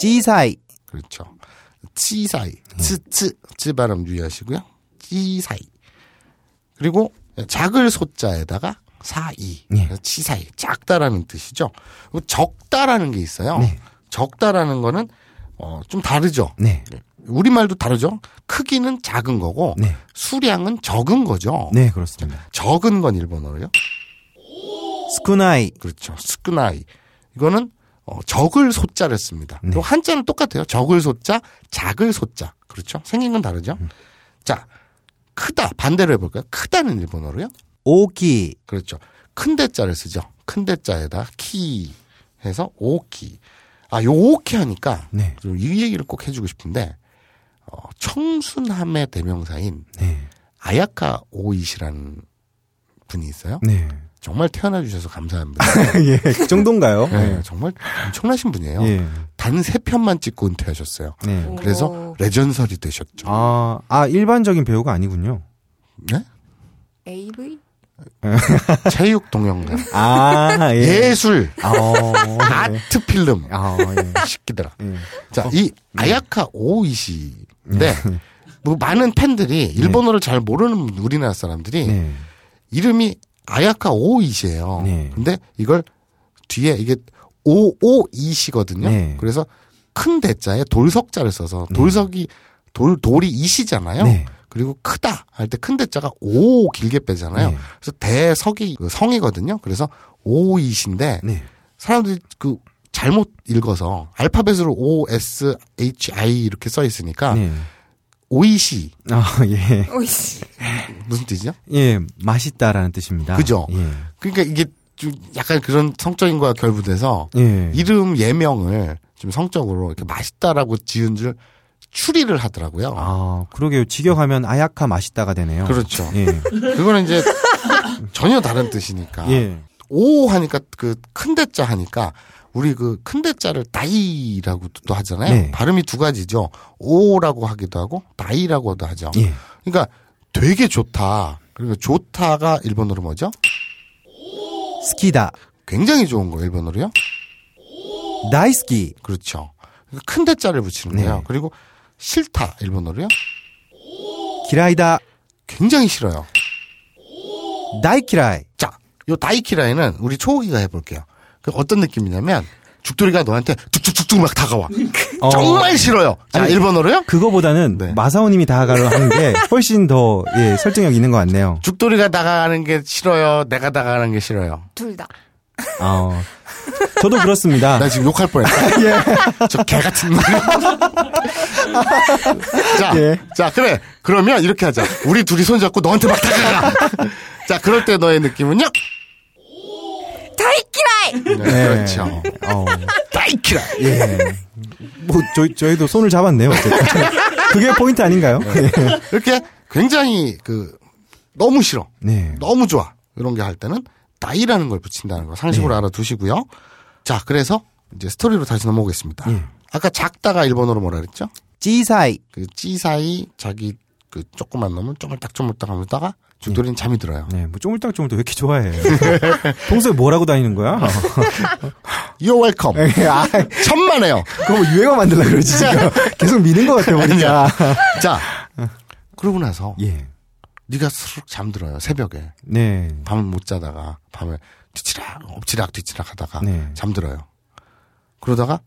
S2: 찌사이.
S3: 그렇죠. 치사이.
S2: 음.
S3: 츠츠. 츠 발음 유의하시고요. 치사이. 그리고 작을 소자에다가 사이.
S2: 네.
S3: 그래서 치사이. 작다라는 뜻이죠. 그리고 적다라는 게 있어요. 적다라는 거는 어, 좀 다르죠.
S2: 네.
S3: 우리말도 다르죠. 크기는 작은 거고
S2: 네.
S3: 수량은 적은 거죠.
S2: 네, 그렇습니다.
S3: 적은 건 일본어로요.
S2: 스쿠나이.
S3: 그렇죠. 스쿠나이. 이거는 어, 적을 소자를 씁니다.
S2: 네.
S3: 또 한자는 똑같아요. 적을 소자, 작을 소자. 그렇죠. 생긴 건 다르죠. 자, 크다. 반대로 해볼까요? 크다는 일본어로요.
S2: 오키.
S3: 그렇죠. 큰 대자를 쓰죠. 큰 대자에다 키 해서 오키. 아, 요 오키 하니까
S2: 네.
S3: 좀이 얘기를 꼭 해주고 싶은데 어, 청순함의 대명사인
S2: 네.
S3: 아야카 오이시라는 분이 있어요.
S2: 네.
S3: 정말 태어나 주셔서 감사합니다.
S2: 예, 그 정도인가요?
S3: 네, 정말 엄청나신 분이에요.
S2: 예.
S3: 단 세 편만 찍고 은퇴하셨어요.
S2: 네.
S3: 그래서
S9: 오.
S3: 레전설이 되셨죠.
S2: 아, 아, 일반적인 배우가 아니군요.
S3: 네?
S9: AV?
S3: 체육 동영상,
S2: 아, 예.
S3: 예술,
S2: 아, 어, 예.
S3: 아트 필름.
S2: 아, 예.
S3: 시키더라.
S2: 예.
S3: 자, 이 아야카 오이시인데 뭐 많은
S2: 예.
S3: 팬들이 일본어를 잘 모르는 우리나라 사람들이
S2: 네.
S3: 이름이 아야카 오이시예요.
S2: 네.
S3: 근데 이걸 뒤에 이게 오오이시거든요.
S2: 네.
S3: 그래서 큰 대자에 돌석자를 써서 돌석이 돌 돌이 이시잖아요.
S2: 네.
S3: 그리고 크다 할 때 큰 대자가 오 길게 빼잖아요.
S2: 네.
S3: 그래서 대석이 그 성이거든요. 그래서 오이시인데
S2: 네.
S3: 사람들이 그 잘못 읽어서 알파벳으로 O S H I 이렇게 써 있으니까
S2: 네.
S3: 오이시
S2: 아, 예.
S9: 오이씨.
S3: 무슨 뜻이죠?
S2: 예, 맛있다라는 뜻입니다.
S3: 그죠?
S2: 예.
S3: 그러니까 이게 좀 약간 그런 성적인과 결부돼서
S2: 예.
S3: 이름 예명을 좀 성적으로 이렇게 맛있다라고 지은 줄 추리를 하더라고요.
S2: 아, 그러게요. 직역하면 아야카 맛있다가 되네요.
S3: 그렇죠.
S2: 예.
S3: 그거는 이제 전혀 다른 뜻이니까
S2: 예.
S3: 오 하니까 그 큰 대자 하니까 우리 그 큰 대자를 다이라고도 또 하잖아요.
S2: 네.
S3: 발음이 두 가지죠. 오라고 하기도 하고 다이라고도 하죠.
S2: 예.
S3: 그러니까 되게 좋다. 그리고 좋다가 일본어로 뭐죠?
S2: 스키다.
S3: 굉장히 좋은 거 일본어로요.
S2: 나이스키.
S3: 그렇죠. 그러니까 큰 대자를 붙이는 거예요.
S2: 네.
S3: 그리고 싫다 일본어로요.
S2: 기라이다.
S3: 굉장히 싫어요.
S2: 나이키라이.
S3: 자, 요 다이키라인은 우리 초호기가 해볼게요. 그 어떤 느낌이냐면 죽돌이가 너한테 툭툭툭툭 막 다가와.
S2: 어.
S3: 정말 싫어요. 자,
S2: 아니,
S3: 일본어로요.
S2: 그거보다는
S3: 네.
S2: 마사오님이 다가가려 하는 게 훨씬 더 예, 설득력 있는 것 같네요.
S3: 죽돌이가 나가는 게 싫어요. 내가 나가는 게 싫어요.
S9: 둘 다.
S2: 아, 저도 그렇습니다.
S3: 나 지금 욕할 뻔했어.
S2: 예.
S3: 저 개같은 놈. 자,
S2: 예.
S3: 자, 그래. 그러면 이렇게 하자. 우리 둘이 손잡고 너한테 막 다가가. 자, 그럴 때 너의 느낌은요?
S9: 다이키라이!
S3: 네, 그렇죠.
S2: 어,
S3: 다이키라.
S2: 예. 뭐 저희 저희도 손을 잡았네요. 어쨌든. 그게 포인트 아닌가요?
S3: 네.
S2: 예.
S3: 이렇게 굉장히 그 너무 싫어.
S2: 네.
S3: 너무 좋아. 이런 게 할 때는 나이라는 걸 붙인다는 거 상식으로
S2: 예.
S3: 알아두시고요. 자, 그래서 이제 스토리로 다시 넘어오겠습니다. 아까 작다가 일본어로 뭐라 그랬죠?
S2: 예. 찌사이.
S3: 그 찌사이 자기 그 조그만 놈을 쪼물딱 쪼물딱 하면다가 죽돌이는 잠이 들어요.
S2: 네, 뭐 쪼물딱 쪼물딱 왜 이렇게 좋아해? 평소에 뭘 하고 다니는 거야? 어.
S3: You're welcome.
S2: 예, 아,
S3: 천만에요.
S2: 그거 뭐 유행어 만들라 아. 그러지 지금. 계속 미는 것 같아요, 우리가.
S3: 자, 그러고 그러니까. 나서
S2: 예.
S3: 네가 스르륵 잠들어요 새벽에
S2: 네.
S3: 밤을 못 자다가 밤에 뒤치락 엎치락 뒤치락 하다가
S2: 네.
S3: 잠들어요. 그러다가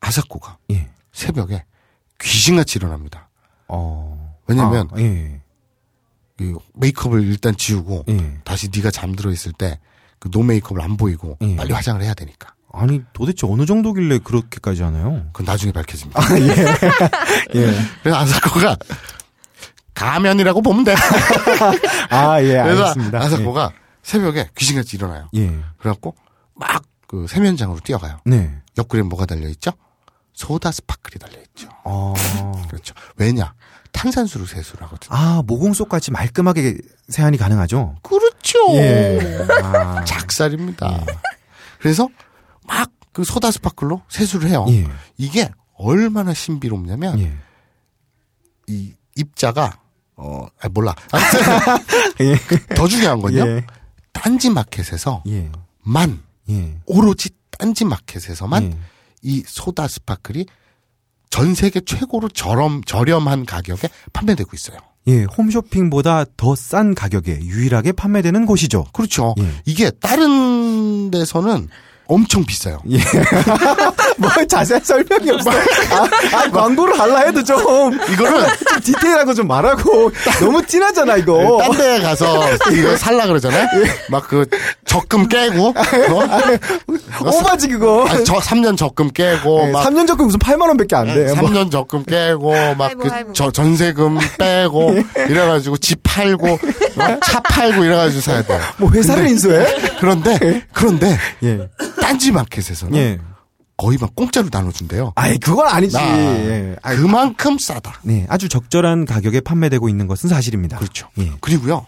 S3: 아사코가
S2: 예.
S3: 새벽에 귀신같이 일어납니다.
S2: 어.
S3: 왜냐면
S2: 아, 예.
S3: 이 메이크업을 일단 지우고
S2: 예.
S3: 다시 네가 잠들어 있을 때 그 노 메이크업을 안 보이고
S2: 예.
S3: 빨리 화장을 해야 되니까.
S2: 아니 도대체 어느 정도길래 그렇게까지 하나요?
S3: 그건 나중에 밝혀집니다.
S2: 아. 예.
S3: 그래서 아사코가 가면이라고 보면 돼.
S2: 아, 예,
S3: 그래서
S2: 알겠습니다.
S3: 아사코가 새벽에 귀신같이 일어나요.
S2: 예. 예.
S3: 그래갖고 막 그 세면장으로 뛰어가요.
S2: 네.
S3: 옆구리에 뭐가 달려있죠? 소다 스파클이 달려있죠.
S2: 어.
S3: 그렇죠. 왜냐? 탄산수로 세수를 하거든.
S2: 아, 모공 속까지 말끔하게 세안이 가능하죠?
S3: 그렇죠.
S2: 예. 아.
S3: 작살입니다. 그래서 막 그 소다 스파클로 세수를 해요.
S2: 예.
S3: 이게 얼마나 신비롭냐면
S2: 예.
S3: 이 입자가 어, 아, 몰라. 아,
S2: 예.
S3: 더 중요한 건요.
S2: 예.
S3: 딴지 마켓에서
S2: 예.
S3: 만
S2: 예.
S3: 오로지 딴지 마켓에서만
S2: 예.
S3: 이 소다 스파클이 전 세계 최고로 저렴 저렴한 가격에 판매되고 있어요.
S2: 예, 홈쇼핑보다 더 싼 가격에 유일하게 판매되는 곳이죠.
S3: 그렇죠.
S2: 예.
S3: 이게 다른 데서는 엄청 비싸요.
S2: 예. 뭐 자세한 설명이 없어. 아, 아 광고를 할라 해도 좀
S3: 이거는
S2: 좀 디테일하고 좀 말하고 너무 진하잖아 이거.
S3: 그 딴 데 가서 이거 살라 그러잖아요.
S2: 예.
S3: 막 그 적금 깨고 어?
S2: 오바지 그거.
S3: 아, 저 3년 적금 깨고
S2: 예,
S3: 막
S2: 3년 적금 무슨 8만 원밖에 안 돼. 뭐.
S3: 3년 적금 깨고 막
S9: 아이고,
S3: 그
S9: 아이고.
S3: 저 전세금 빼고
S2: 예.
S3: 이래가지고 집 팔고 어? 차 팔고 이래가지고 사야 돼.
S2: 뭐 회사를 인수해?
S3: 그런데 그런데
S2: 예.
S3: 딴지 마켓에서는
S2: 예.
S3: 거의 막 공짜로 나눠준대요.
S2: 아이 그건 아니지.
S3: 나
S2: 예. 아,
S3: 그만큼 싸다.
S2: 네, 아주 적절한 가격에 판매되고 있는 것은 사실입니다.
S3: 그렇죠.
S2: 예.
S3: 그리고요,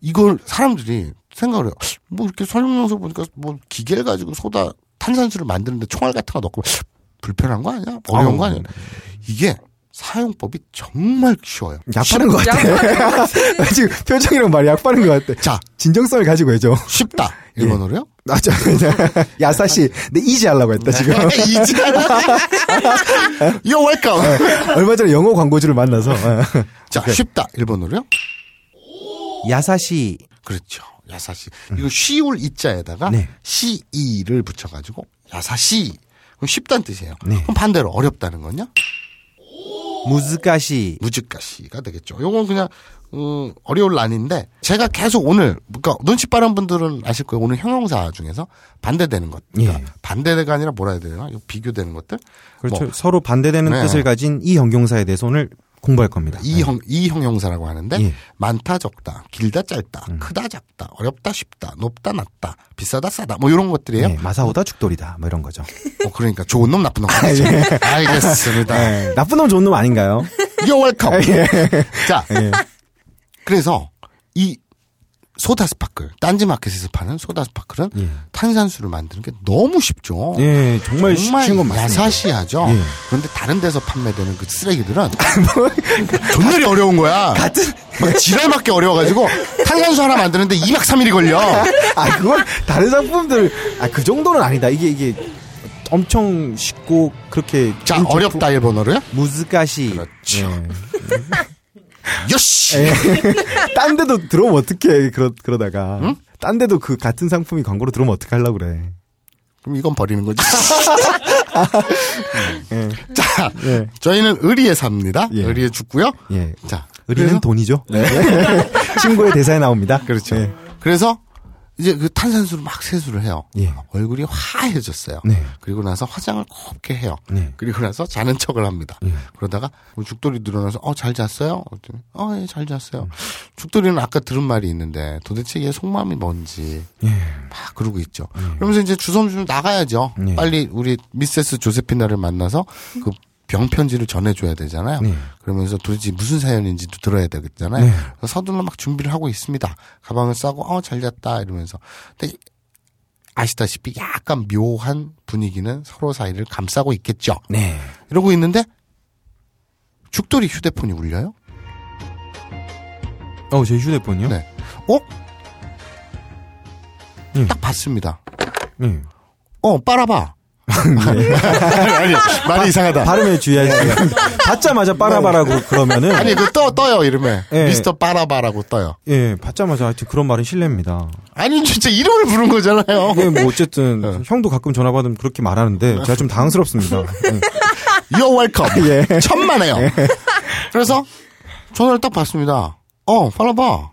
S3: 이걸 사람들이 생각을 해요. 뭐 이렇게 설명서 보니까 뭐 기계를 가지고 소다 탄산수를 만드는데 총알 같은 거 넣고 불편한 거 아니야? 어려운
S2: 아우. 네.
S3: 거 아니야? 이게 사용법이 정말 쉬워요.
S2: 약파는 것 같아. 지금 표정이랑 말이 약파는 것 같아.
S3: 자,
S2: 진정성을 가지고 해줘.
S3: 쉽다. 일본어로요?
S2: 아, 저, 야사시, 내 이지 하려고 했다, 지금.
S3: 이지가 You're welcome.
S2: 얼마 전에 영어 광고주를 만나서.
S3: 자, 쉽다. 일본어로요?
S2: 야사시.
S3: 그렇죠. 야사시. 이거 쉬울 이자에다가
S2: 음. 네.
S3: 시이를 붙여가지고 야사시. 그럼 쉽다는 뜻이에요.
S2: 네.
S3: 그럼 반대로 어렵다는 건요?
S2: 무즈가시.
S3: 무지가시가 되겠죠. 요건 그냥 음, 어려울 난인데 제가 계속 오늘 그러니까 눈치 빠른 분들은 아실 거예요. 오늘 형용사 중에서 반대되는 것, 그러니까
S2: 예.
S3: 반대가 아니라 뭐라 해야 되나? 이거 비교되는 것들.
S2: 그렇죠.
S3: 뭐,
S2: 서로 반대되는
S3: 네.
S2: 뜻을 가진 이 형용사에 대해서 오늘 공부할 겁니다.
S3: 이형 이형용사라고 하는데
S2: 예. 음.
S3: 많다 적다 길다 짧다 크다 작다 어렵다 쉽다 높다 낮다 비싸다 싸다 뭐 이런 것들이에요.
S2: 네, 마사오다 죽돌이다. 뭐 이런 거죠.
S3: 어, 그러니까 좋은 놈 나쁜 놈 아니죠.
S2: 예.
S3: 알겠습니다.
S2: 네, 나쁜 놈 좋은 놈 아닌가요? 예.
S3: You're welcome. 자, 그래서 이 소다 스파클, 딴지 마켓에서 파는 소다 스파클은
S2: 예.
S3: 탄산수를 만드는 게 너무 쉽죠.
S2: 예, 정말, 쉬운 건 맞습니다.
S3: 야사시하죠.
S2: 예.
S3: 그런데 다른 데서 판매되는 그 쓰레기들은 존나리 어려운 거야. 같은 막 지랄맞게 어려워가지고 탄산수 하나 만드는데 2박 3일이 걸려.
S2: 아, 그건 다른 상품들, 아, 그 정도는 아니다. 이게, 이게 엄청 쉽고 그렇게.
S3: 자, 어렵다 일본어로요.
S2: 무즈가시.
S3: 그렇죠.
S2: 예.
S3: 요시.
S2: 딴 데도 들어오면 어떡해, 그러, 그러다가. 딴 데도 그 같은 상품이 광고로 들어오면 어떡하려고 그래.
S3: 그럼 이건 버리는 거지. 음. 자,
S2: 예.
S3: 저희는 의리에 삽니다.
S2: 예.
S3: 의리에 죽고요.
S2: 예.
S3: 자,
S2: 의리는
S3: 그래서- 네.
S2: 돈이죠. 예. 친구의 대사에 나옵니다.
S3: 그렇죠.
S2: 예.
S3: 그래서 이제 그 탄산수를 막 세수를 해요.
S2: 예.
S3: 얼굴이 화해졌어요.
S2: 네.
S3: 그리고 나서 화장을 곱게 해요.
S2: 네.
S3: 그리고 나서 자는 척을 합니다. 그러다가 죽돌이 늘어나서 어 잘 잤어요? 그랬더니 어예잘 잤어요. 죽돌이는 아까 들은 말이 있는데 도대체 얘 속마음이 뭔지
S2: 네.
S3: 막 그러고 있죠. 그러면서 이제 주섬주섬 나가야죠.
S2: 예.
S3: 빨리 우리 미세스 조세피나를 만나서 그 병편지를 전해줘야 되잖아요.
S2: 네.
S3: 그러면서 도대체 무슨 사연인지도 들어야 되겠잖아요. 그래서 서둘러 막 준비를 하고 있습니다. 가방을 싸고 어 잘 잤다 이러면서. 근데 아시다시피 약간 묘한 분위기는 서로 사이를 감싸고 있겠죠.
S2: 네.
S3: 이러고 있는데 죽돌이 휴대폰이 울려요.
S2: 어, 제 휴대폰이요?
S3: 네. 어?
S2: 음.
S3: 딱 봤습니다.
S2: 예.
S3: 어, 빨아봐. 아니, 말이 이상하다.
S2: 발음에 주의하세요. 받자마자 빠라바라고 그러면은
S3: 아니, 그 떠, 떠요, 이름에.
S2: 예.
S3: 미스터 빠라바라고 떠요.
S2: 예 받자마자 하여튼 그런 말은 실례입니다.
S3: 아니, 진짜 이름을 부른 거잖아요.
S2: 예, 뭐 어쨌든 형도 가끔 전화 받으면 그렇게 말하는데 제가 좀 당황스럽습니다. 예.
S3: You're welcome.
S2: 예.
S3: 천만에요. 그래서 전화를 딱 받습니다. 어, 빨라봐.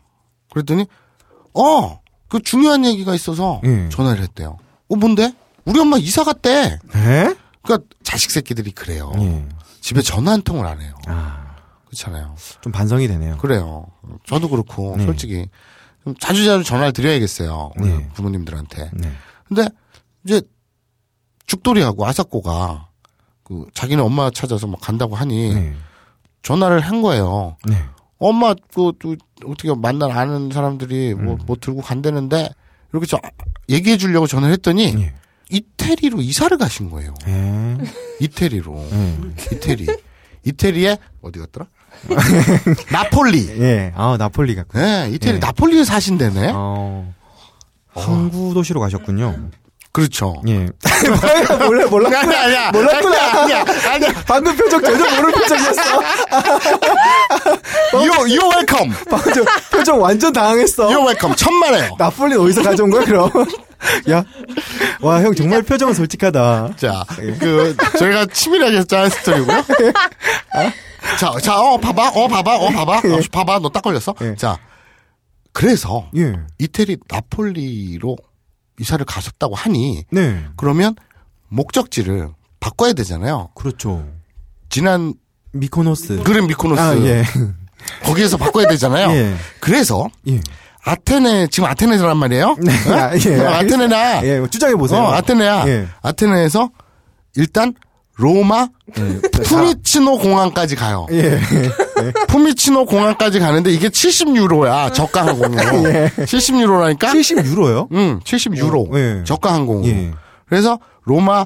S3: 그랬더니, 어, 그 중요한 얘기가 있어서
S2: 예.
S3: 전화를 했대요. 어, 뭔데? 우리 엄마 이사 갔대.
S2: 네?
S3: 그러니까 자식 새끼들이 그래요.
S2: 예. 아.
S3: 집에 전화 한 통을 안 해요. 그렇잖아요.
S2: 좀 반성이 되네요.
S3: 그래요. 저도 그렇고
S2: 네.
S3: 솔직히 좀 자주자주 전화를 드려야겠어요. 우리
S2: 네.
S3: 부모님들한테.
S2: 네.
S3: 근데 이제 죽돌이하고 아사코가 그 자기네 엄마 찾아서 막 간다고 하니
S2: 네.
S3: 전화를 한 거예요.
S2: 네.
S3: 엄마 그, 그 어떻게 만날 아는 사람들이
S2: 음.
S3: 뭐, 뭐 들고 간다는데 이렇게 저 얘기해 주려고 전화를 했더니
S2: 네.
S3: 이태리로 이사를 가신 거예요.
S2: 예.
S3: 이태리로.
S2: 음.
S3: 이태리. 이태리에 어디 갔더라? 나폴리.
S2: 예. 아 나폴리 같군.
S3: 네, 이태리
S2: 예.
S3: 나폴리에 사신다네.
S2: 어. 항구 도시로 가셨군요.
S3: 그렇죠.
S2: 예. 몰라 몰라.
S3: 아니야, 아니야.
S2: 몰랐구나.
S3: 아니야, 아니야.
S2: 방금 표정 전혀 모르는 표정이었어.
S3: You, you're welcome.
S2: 방금 저- 표정 완전 당황했어.
S3: You're welcome. 천만에요.
S2: 나폴리 어디서 가져온 거야 그럼? 야, 와 형 정말 표정은 솔직하다.
S3: 자, 그, 저희가 치밀하게 짠 스토리고요. 어? 자, 자, 어, 봐봐, 어, 봐봐, 어, 봐봐. 어, 봐봐, 너 딱 걸렸어.
S2: 예.
S3: 자, 그래서
S2: 예,
S3: 이태리 나폴리로 이사를 가셨다고 하니,
S2: 네,
S3: 그러면 목적지를 바꿔야 되잖아요.
S2: 그렇죠.
S3: 지난
S2: 미코노스.
S3: 그랜 미코노스
S2: 아 예,
S3: 거기에서 바꿔야 되잖아요.
S2: 예.
S3: 그래서
S2: 예,
S3: 아테네 지금 아테네란 말이에요. 어?
S2: 아, 예.
S3: 어, 아테네나
S2: 예, 주장해 보세요.
S3: 어, 아테네야.
S2: 예.
S3: 아테네에서 일단 로마 푸미치노 공항까지 가요.
S2: 예,
S3: 푸미치노 공항까지 가는데 이게 70유로야 저가 항공으로. 70유로라니까.
S2: 70 유로요?
S3: 음, 70유로
S2: 예.
S3: 저가 항공으로.
S2: 예.
S3: 그래서 로마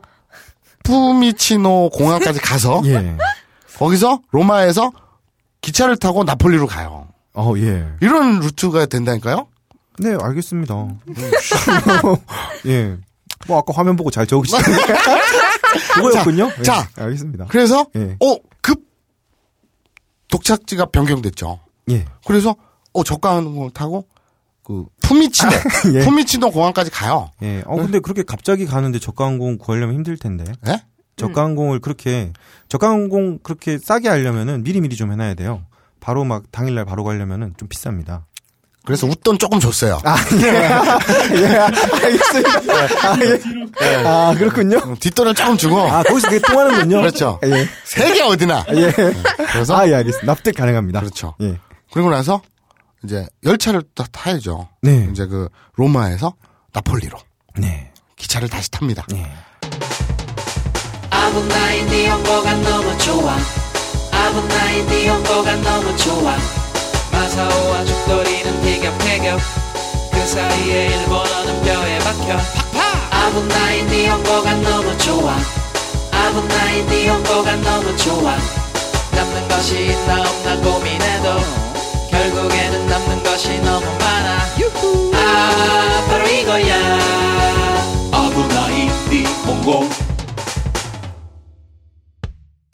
S3: 푸미치노 공항까지 가서
S2: 예,
S3: 거기서 로마에서 기차를 타고 나폴리로 가요.
S2: 어 예,
S3: 이런 루트가 된다니까요?
S2: 네 알겠습니다. 예, 뭐 아까 화면 보고 잘 적으시던데 그거였군요. 예,
S3: 자.
S2: 알겠습니다.
S3: 그래서
S2: 예.
S3: 어, 급 독착지가 변경됐죠.
S2: 예,
S3: 그래서 어, 저가항공을 타고 그 푸미치노
S2: 예.
S3: 푸미치노 공항까지 가요.
S2: 예. 어 근데 그렇게 갑자기 가는데 저가항공 구하려면 힘들 텐데.
S3: 예?
S2: 저가항공을 그렇게 저가항공 그렇게 싸게 하려면은 미리미리 좀 해놔야 돼요. 바로 막 당일날 바로 가려면은 좀 비쌉니다.
S3: 그래서 웃돈 조금 줬어요.
S2: 아 그렇군요.
S3: 뒷돈을 조금 주고
S2: 아 거기서 그게 통하는군요.
S3: 그렇죠.
S2: 예.
S3: 세계 어디나.
S2: 예.
S3: 그래서
S2: 아 예 알겠습니다. 납득 가능합니다.
S3: 그렇죠.
S2: 예.
S3: 그리고 나서 이제 열차를 또 타야죠.
S2: 네.
S3: 이제 그 로마에서 나폴리로
S2: 네.
S3: 기차를 다시 탑니다.
S2: 예.
S6: 아분 나의 네 연고가 너무 좋아 아분 나의 네 연고가 너무 좋아 마사오와 죽돌이는 티격태격 그 사이에 일본어는 뼈에 박혀 아분 나의 네 연고가 너무 좋아 아분 나의 네 연고가 너무 좋아 남는 것이 있나 없나 고민해도 결국에는 남는 것이 너무 많아 아 바로 이거야
S10: 아브나이 니몽고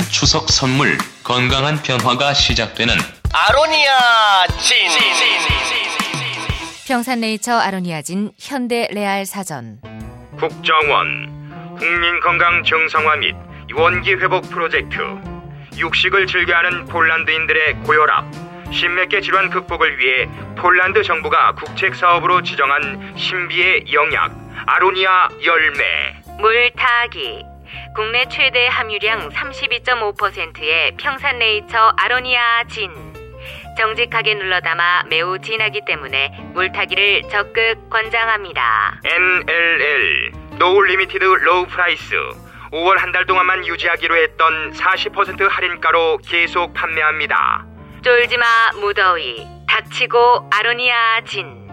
S10: 추석 선물 건강한 변화가 시작되는
S11: 아로니아 진.
S9: 평산네이처 아로니아진 현대 레알 사전
S12: 국정원 국민건강 정상화 및 원기 회복 프로젝트 육식을 즐겨하는 폴란드인들의 고혈압 신맥계 질환 극복을 위해 폴란드 정부가 국책 사업으로 지정한 신비의 영약 아로니아 열매
S9: 물타기 국내 최대 함유량 32.5%의 평산네이처 아로니아 진 정직하게 눌러담아 매우 진하기 때문에 물타기를 적극 권장합니다
S12: NLL 노울 리미티드 로우 프라이스 5월 한 달 동안만 유지하기로 했던 40% 할인가로 계속 판매합니다.
S9: 쫄지마 무더위 닥치고 아로니아 진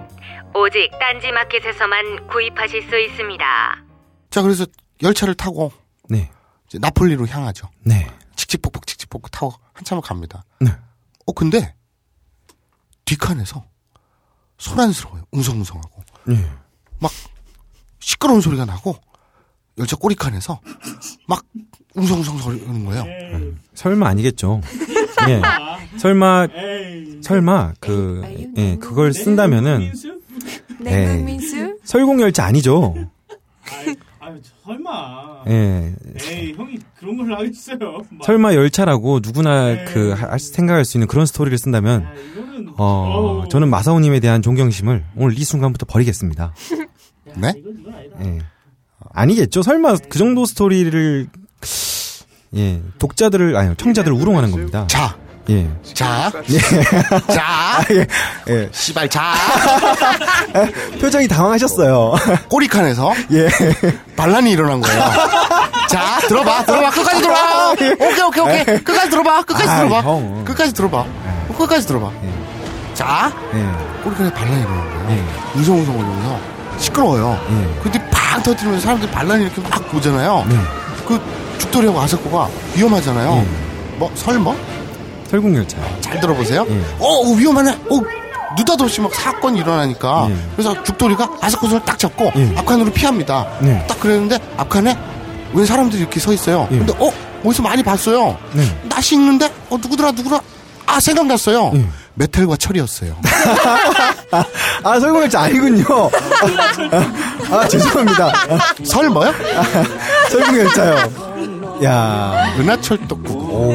S9: 오직 딴지마켓에서만 구입하실 수 있습니다
S3: 자, 그래서 열차를 타고
S2: 네.
S3: 이제 나폴리로 향하죠.
S2: 네.
S3: 칙칙폭폭 칙칙폭폭 타고 한참을 갑니다.
S2: 네.
S3: 어, 근데 뒷칸에서 소란스러워요. 웅성웅성하고.
S2: 예.
S3: 막 시끄러운 소리가 나고 열차 꼬리칸에서 막 웅성웅성 거리는 거예요.
S2: 설마 아니겠죠. 예. 설마
S8: 네.
S2: 설마 그 예, 그걸 쓴다면은 예.
S9: 냉면민수?
S2: 설공 열차 아니죠.
S8: 아유 설마.
S2: 예.
S3: 네.
S8: 에이 형이 그런 걸 하겠어요. 막,
S2: 설마 열차라고 누구나 그 하- 생각할 수 있는 그런 스토리를 쓴다면
S8: 아,
S2: 어, 저는 마사오님에 대한 존경심을 오늘 이 순간부터 버리겠습니다.
S3: 네?
S2: 예. 아니겠죠. 설마 그 정도 스토리를 예 독자들을 아니 청자들을 우롱하는 겁니다.
S3: 자,
S2: 예,
S3: 자,
S2: 예.
S3: 자,
S2: 예.
S3: 씨발 자.
S2: 표정이 당황하셨어요.
S3: 꼬리칸에서
S2: 예.
S3: 반란이 일어난 거예요. 자, 들어봐, 들어봐, 끝까지 들어봐. 오케이, 오케이, 오케이. 끝까지 들어봐, 끝까지
S2: 예. 아이,
S3: 들어봐.
S2: 형.
S3: 끝까지 들어봐. 끝까지 들어봐. 자,
S2: 예.
S3: 꼬리칸에 반란이 일어난 거예요.
S2: 예.
S3: 웅성웅성 걸리면서 시끄러워요.
S2: 예.
S3: 근데 팍 터뜨리면서 사람들이 반란이 이렇게 막 오잖아요.
S2: 네.
S3: 그 죽돌이하고 아사코가 위험하잖아요. 뭐, 설마?
S2: 설국 열차.
S3: 잘 들어보세요.
S2: 예.
S3: 어, 어, 위험하네. 어, 느닷없이 막 사건이 일어나니까.
S2: 예.
S3: 그래서 죽돌이가 아사코 손을 딱 잡고
S2: 예.
S3: 앞칸으로 피합니다.
S2: 네.
S3: 딱 그랬는데 앞칸에 왜 사람들이 이렇게 서 있어요.
S2: 예.
S3: 근데 어, 어디서 많이 봤어요.
S2: 네.
S3: 낯이 익는데 어, 누구더라 누구더라. 아, 생각났어요.
S2: 예.
S3: 메탈과 철이었어요.
S2: 아 설국 열차 아니군요. 아, 아, 죄송합니다.
S3: 설마요?
S2: 설국 열차요. 야,
S3: 은하철떡국.
S2: 오.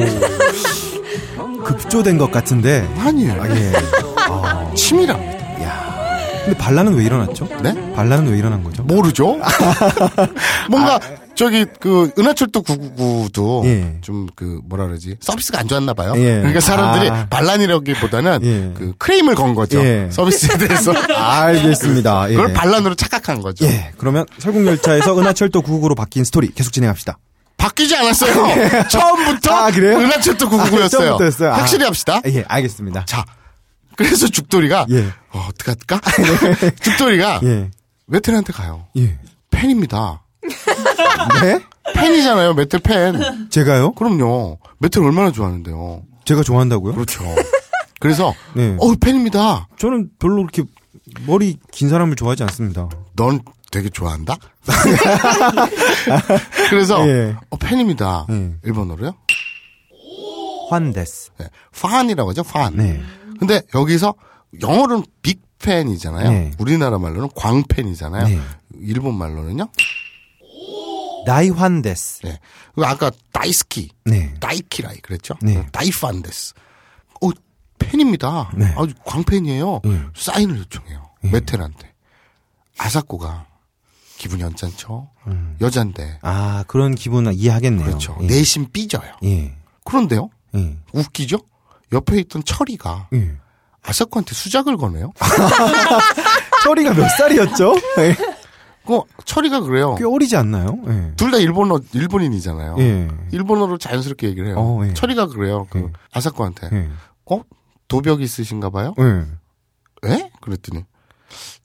S2: 급조된 것 같은데.
S3: 아니에요.
S2: 아, 예.
S3: 치밀합니다.
S2: 근데 반란은 왜 일어났죠?
S3: 네?
S2: 반란은 왜 일어난 거죠?
S3: 모르죠? 뭔가 저기 그 은하철도 999도
S2: 아. 예.
S3: 좀 그 뭐라 그러지 서비스가 안 좋았나 봐요.
S2: 예.
S3: 그러니까 사람들이
S2: 아.
S3: 반란이라기보다는
S2: 예.
S3: 그 크레임을 건 거죠.
S2: 예.
S3: 서비스에 대해서 아,
S2: 알겠습니다. 예.
S3: 그걸 반란으로 착각한 거죠.
S2: 예, 그러면 설국열차에서 은하철도 999로 바뀐 스토리 계속 진행합시다.
S3: 바뀌지 않았어요. 처음부터
S2: 아, 그래요?
S3: 은하철도
S2: 아,
S3: 999였어요.
S2: 처음부터였어요. 아.
S3: 확실히 합시다.
S2: 예, 알겠습니다.
S3: 자, 그래서 죽돌이가
S2: 예. 네.
S3: 어, 어떡할까? 죽돌이가
S2: 예,
S3: 메텔한테 가요.
S2: 예.
S3: 팬입니다.
S2: 네?
S3: 팬이잖아요. 메텔 팬.
S2: 제가요?
S3: 그럼요. 메텔 얼마나 좋아하는데요.
S2: 제가 좋아한다고요?
S3: 그렇죠. 그래서
S2: 네.
S3: 어 팬입니다.
S2: 저는 별로 이렇게 머리 긴 사람을 좋아하지 않습니다.
S3: 넌 되게 좋아한다. 그래서
S2: 예.
S3: 어, 팬입니다.
S2: 음.
S3: 일본어로요.
S2: 환데스.
S3: 네. fan이라고 하죠. fan.
S2: 네.
S3: 근데 여기서 영어로는 빅팬이잖아요.
S2: 네.
S3: 우리나라 말로는 광팬이잖아요.
S2: 네.
S3: 일본 말로는요.
S2: 나이 환데스.
S3: 네. 그리고 아까 다이스키,
S2: 네.
S3: 다이키라이 그랬죠.
S2: 네.
S3: 다이판데스. 어 팬입니다.
S2: 네.
S3: 아주 광팬이에요.
S2: 네. 예.
S3: 사인을 요청해요. 메텔한테 아사코가 기분이 언짢죠. 여잔데
S2: 아, 그런 기분은 이해하겠네요.
S3: 그렇죠.
S2: 음. 예.
S3: 내심 삐져요.
S2: 예.
S3: 그런데요.
S2: 예.
S3: 웃기죠? 옆에 있던 철이가
S2: 예.
S3: 아사코한테 수작을 거네요.
S2: 철이가 몇 살이었죠? 예.
S3: 그 철이가 그래요.
S2: 꽤 어리지 않나요? 예.
S3: 둘 다 일본어 일본인이잖아요.
S2: 예.
S3: 일본어로 자연스럽게 얘기를 해요.
S2: 어, 예.
S3: 철이가 그래요. 그
S2: 예.
S3: 아사코한테
S2: 예.
S3: 어 도벽 있으신가 봐요.
S2: 예.
S3: 에? 그랬더니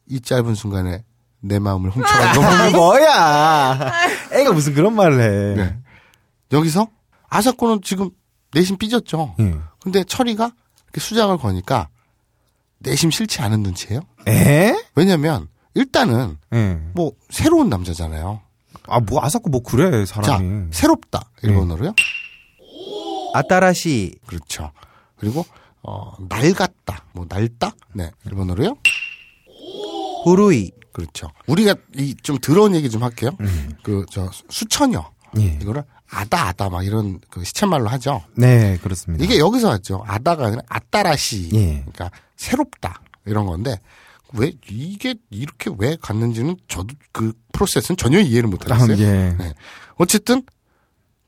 S3: 이 짧은 순간에 내 마음을 훔쳐간 거
S2: 아, 뭐야. 애가 무슨 그런 말을 해.
S3: 네. 여기서 아사코는 지금 내심 삐졌죠.
S2: 예.
S3: 근데 철이가 이렇게 수작을 거니까 내심 싫지 않은 눈치예요.
S2: 에?
S3: 왜냐면 일단은
S2: 예.
S3: 뭐 새로운 남자잖아요.
S2: 아, 뭐 아사코 뭐 그래,
S3: 자,
S2: 사람이. 네.
S3: 새롭다 일본어로요.
S2: 아따라시.
S3: 그렇죠. 그리고 어, 낡았다, 뭐 낡다, 네 일본어로요.
S2: 후루이.
S3: 그렇죠. 우리가 이 좀 더러운 얘기 좀 할게요. 그 저 수천여
S2: 음. 예.
S3: 이거를 아다 아다 막 이런 그 시체말로 하죠.
S2: 네, 그렇습니다.
S3: 이게 여기서 왔죠. 아다가 아니라 아따라시.
S2: 예.
S3: 그러니까 새롭다 이런 건데 왜 이게 이렇게 왜 갔는지는 저도 그 프로세스는 전혀 이해를
S2: 아,
S3: 못하겠어요.
S2: 예.
S3: 네. 어쨌든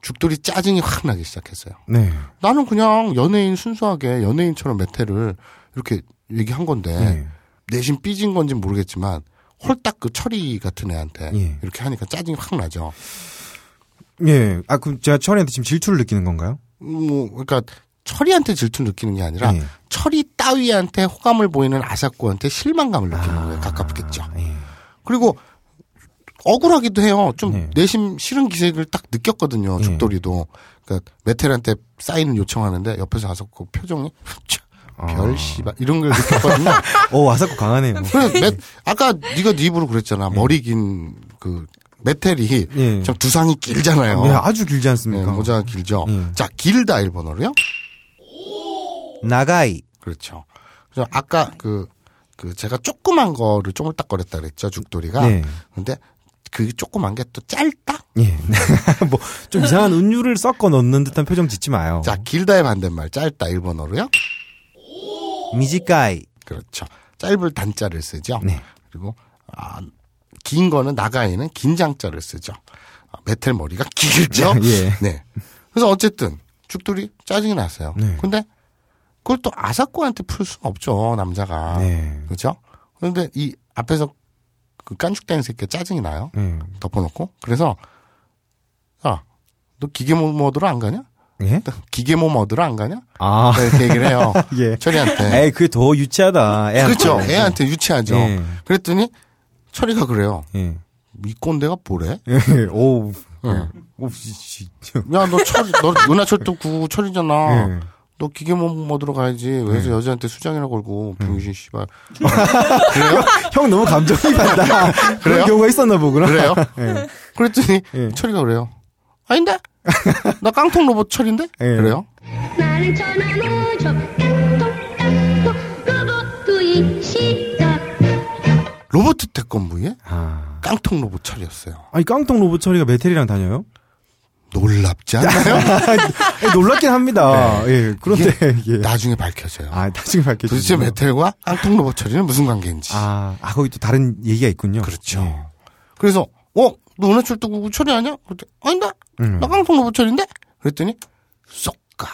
S3: 죽돌이 짜증이 확 나기 시작했어요.
S2: 네.
S3: 나는 그냥 연예인 순수하게 연예인처럼 메테를 이렇게 얘기한 건데
S2: 네.
S3: 내심 삐진 건지 모르겠지만 홀딱 그 철이 같은 애한테
S2: 예.
S3: 이렇게 하니까 짜증이 확 나죠.
S2: 예. 아, 그럼 제가 철이한테 지금 질투를 느끼는 건가요?
S3: 음, 뭐 그러니까 철이한테 질투를 느끼는 게 아니라
S2: 예.
S3: 철이 따위한테 호감을 보이는 아사코한테 실망감을 느끼는 거에 가깝겠죠.
S2: 아, 예.
S3: 그리고 억울하기도 해요. 좀
S2: 네.
S3: 내심 싫은 기색을 딱 느꼈거든요.
S2: 예.
S3: 죽돌이도. 그러니까 메텔한테 사인을 요청하는데 옆에서 아사코 표정이
S2: 아.
S3: 별 씨발 이런 걸 느꼈거든요.
S2: 오, 아사코 어, 강하네요. 예.
S3: 그래, 맷- 아까 네가 네 입으로 그랬잖아. 머리 긴 그 메텔이 참 두상이 길잖아요.
S2: 네, 예. 아주 길지 않습니까? 예.
S3: 네, 모자가 길죠. 자, 길다 일본어로요.
S2: 나가이.
S3: 그렇죠. 그래서 아까 그, 그 제가 조그만 거를 쪼물딱거렸다 그랬죠. 죽돌이가.
S2: 네.
S3: 근데 그 조그만 게 또 짧다?
S2: 예. 뭐 좀 이상한 은유를 섞어 넣는 듯한 표정 짓지 마요.
S3: 자, 길다의 반대말 짧다 일본어로요.
S2: 미지까이.
S3: 그렇죠. 짧을 단자를 쓰죠.
S2: 네.
S3: 그리고 아, 긴 거는 나가이는 긴장자를 쓰죠. 아, 메텔 머리가 길죠.
S2: 예.
S3: 네. 그래서 어쨌든 죽돌이 짜증이 났어요.
S2: 네.
S3: 근데 그걸 또 아사코한테 풀 수는 없죠 남자가.
S2: 네.
S3: 그렇죠. 그런데 이 앞에서 그 깐죽대는 새끼 짜증이 나요.
S2: 네.
S3: 덮어놓고 그래서 아, 야너 기계 모- 모드로 안 가냐? 기계 모 모드로 안 가냐?
S2: 예? 아.
S3: 이렇게 얘기를 해요.
S2: 예.
S3: 철이한테.
S2: 에이, 그게 더 유치하다. 애한테.
S3: 네. 그렇죠. 애한테 유치하죠.
S2: 예.
S3: 그랬더니 철이가 그래요.
S2: 예.
S3: 이 꼰대가 뭐래?
S2: 예. 오.
S3: 응.
S2: 오, 씨, 씨.
S3: 야 너 철, 너 은하철도 구구 철이잖아.
S2: 예.
S3: 너 기계 모모 들어가야지. 왜
S2: 예.
S3: 여자한테 수장이라 걸고 병신 씨발.
S2: 형 너무 감정이입한다. 그런
S3: 그래요?
S2: 경우가 있었나 보구나.
S3: 그래요?
S2: 예.
S3: 그랬더니
S2: 예.
S3: 철이가 그래요. 아닌데? 나 깡통 로봇 철인데?
S2: 예.
S3: 그래요?
S6: 나는 천하무적 깡통 깡통 로봇이 시작
S3: 로봇 태권부의
S2: 아.
S3: 깡통 로봇 철이었어요.
S2: 아니 깡통 로봇 처리가 메텔이랑 다녀요?
S3: 놀랍지 않나요?
S2: 예, 놀랍긴 합니다. 예. 그런데 예.
S3: 네. 나중에 밝혀져요.
S2: 아, 나중에 밝혀지.
S3: 도대체 메텔과 깡통 로봇 철이는 무슨 관계인지.
S2: 아, 아 거기 또 다른 얘기가 있군요.
S3: 그렇죠. 그래서 어? 너 은하철도 구구 철이하냐? 그랬더니 아닌데?
S2: 예. 음.
S3: 나 깡통 로봇 철인데? 그랬더니 쏙가.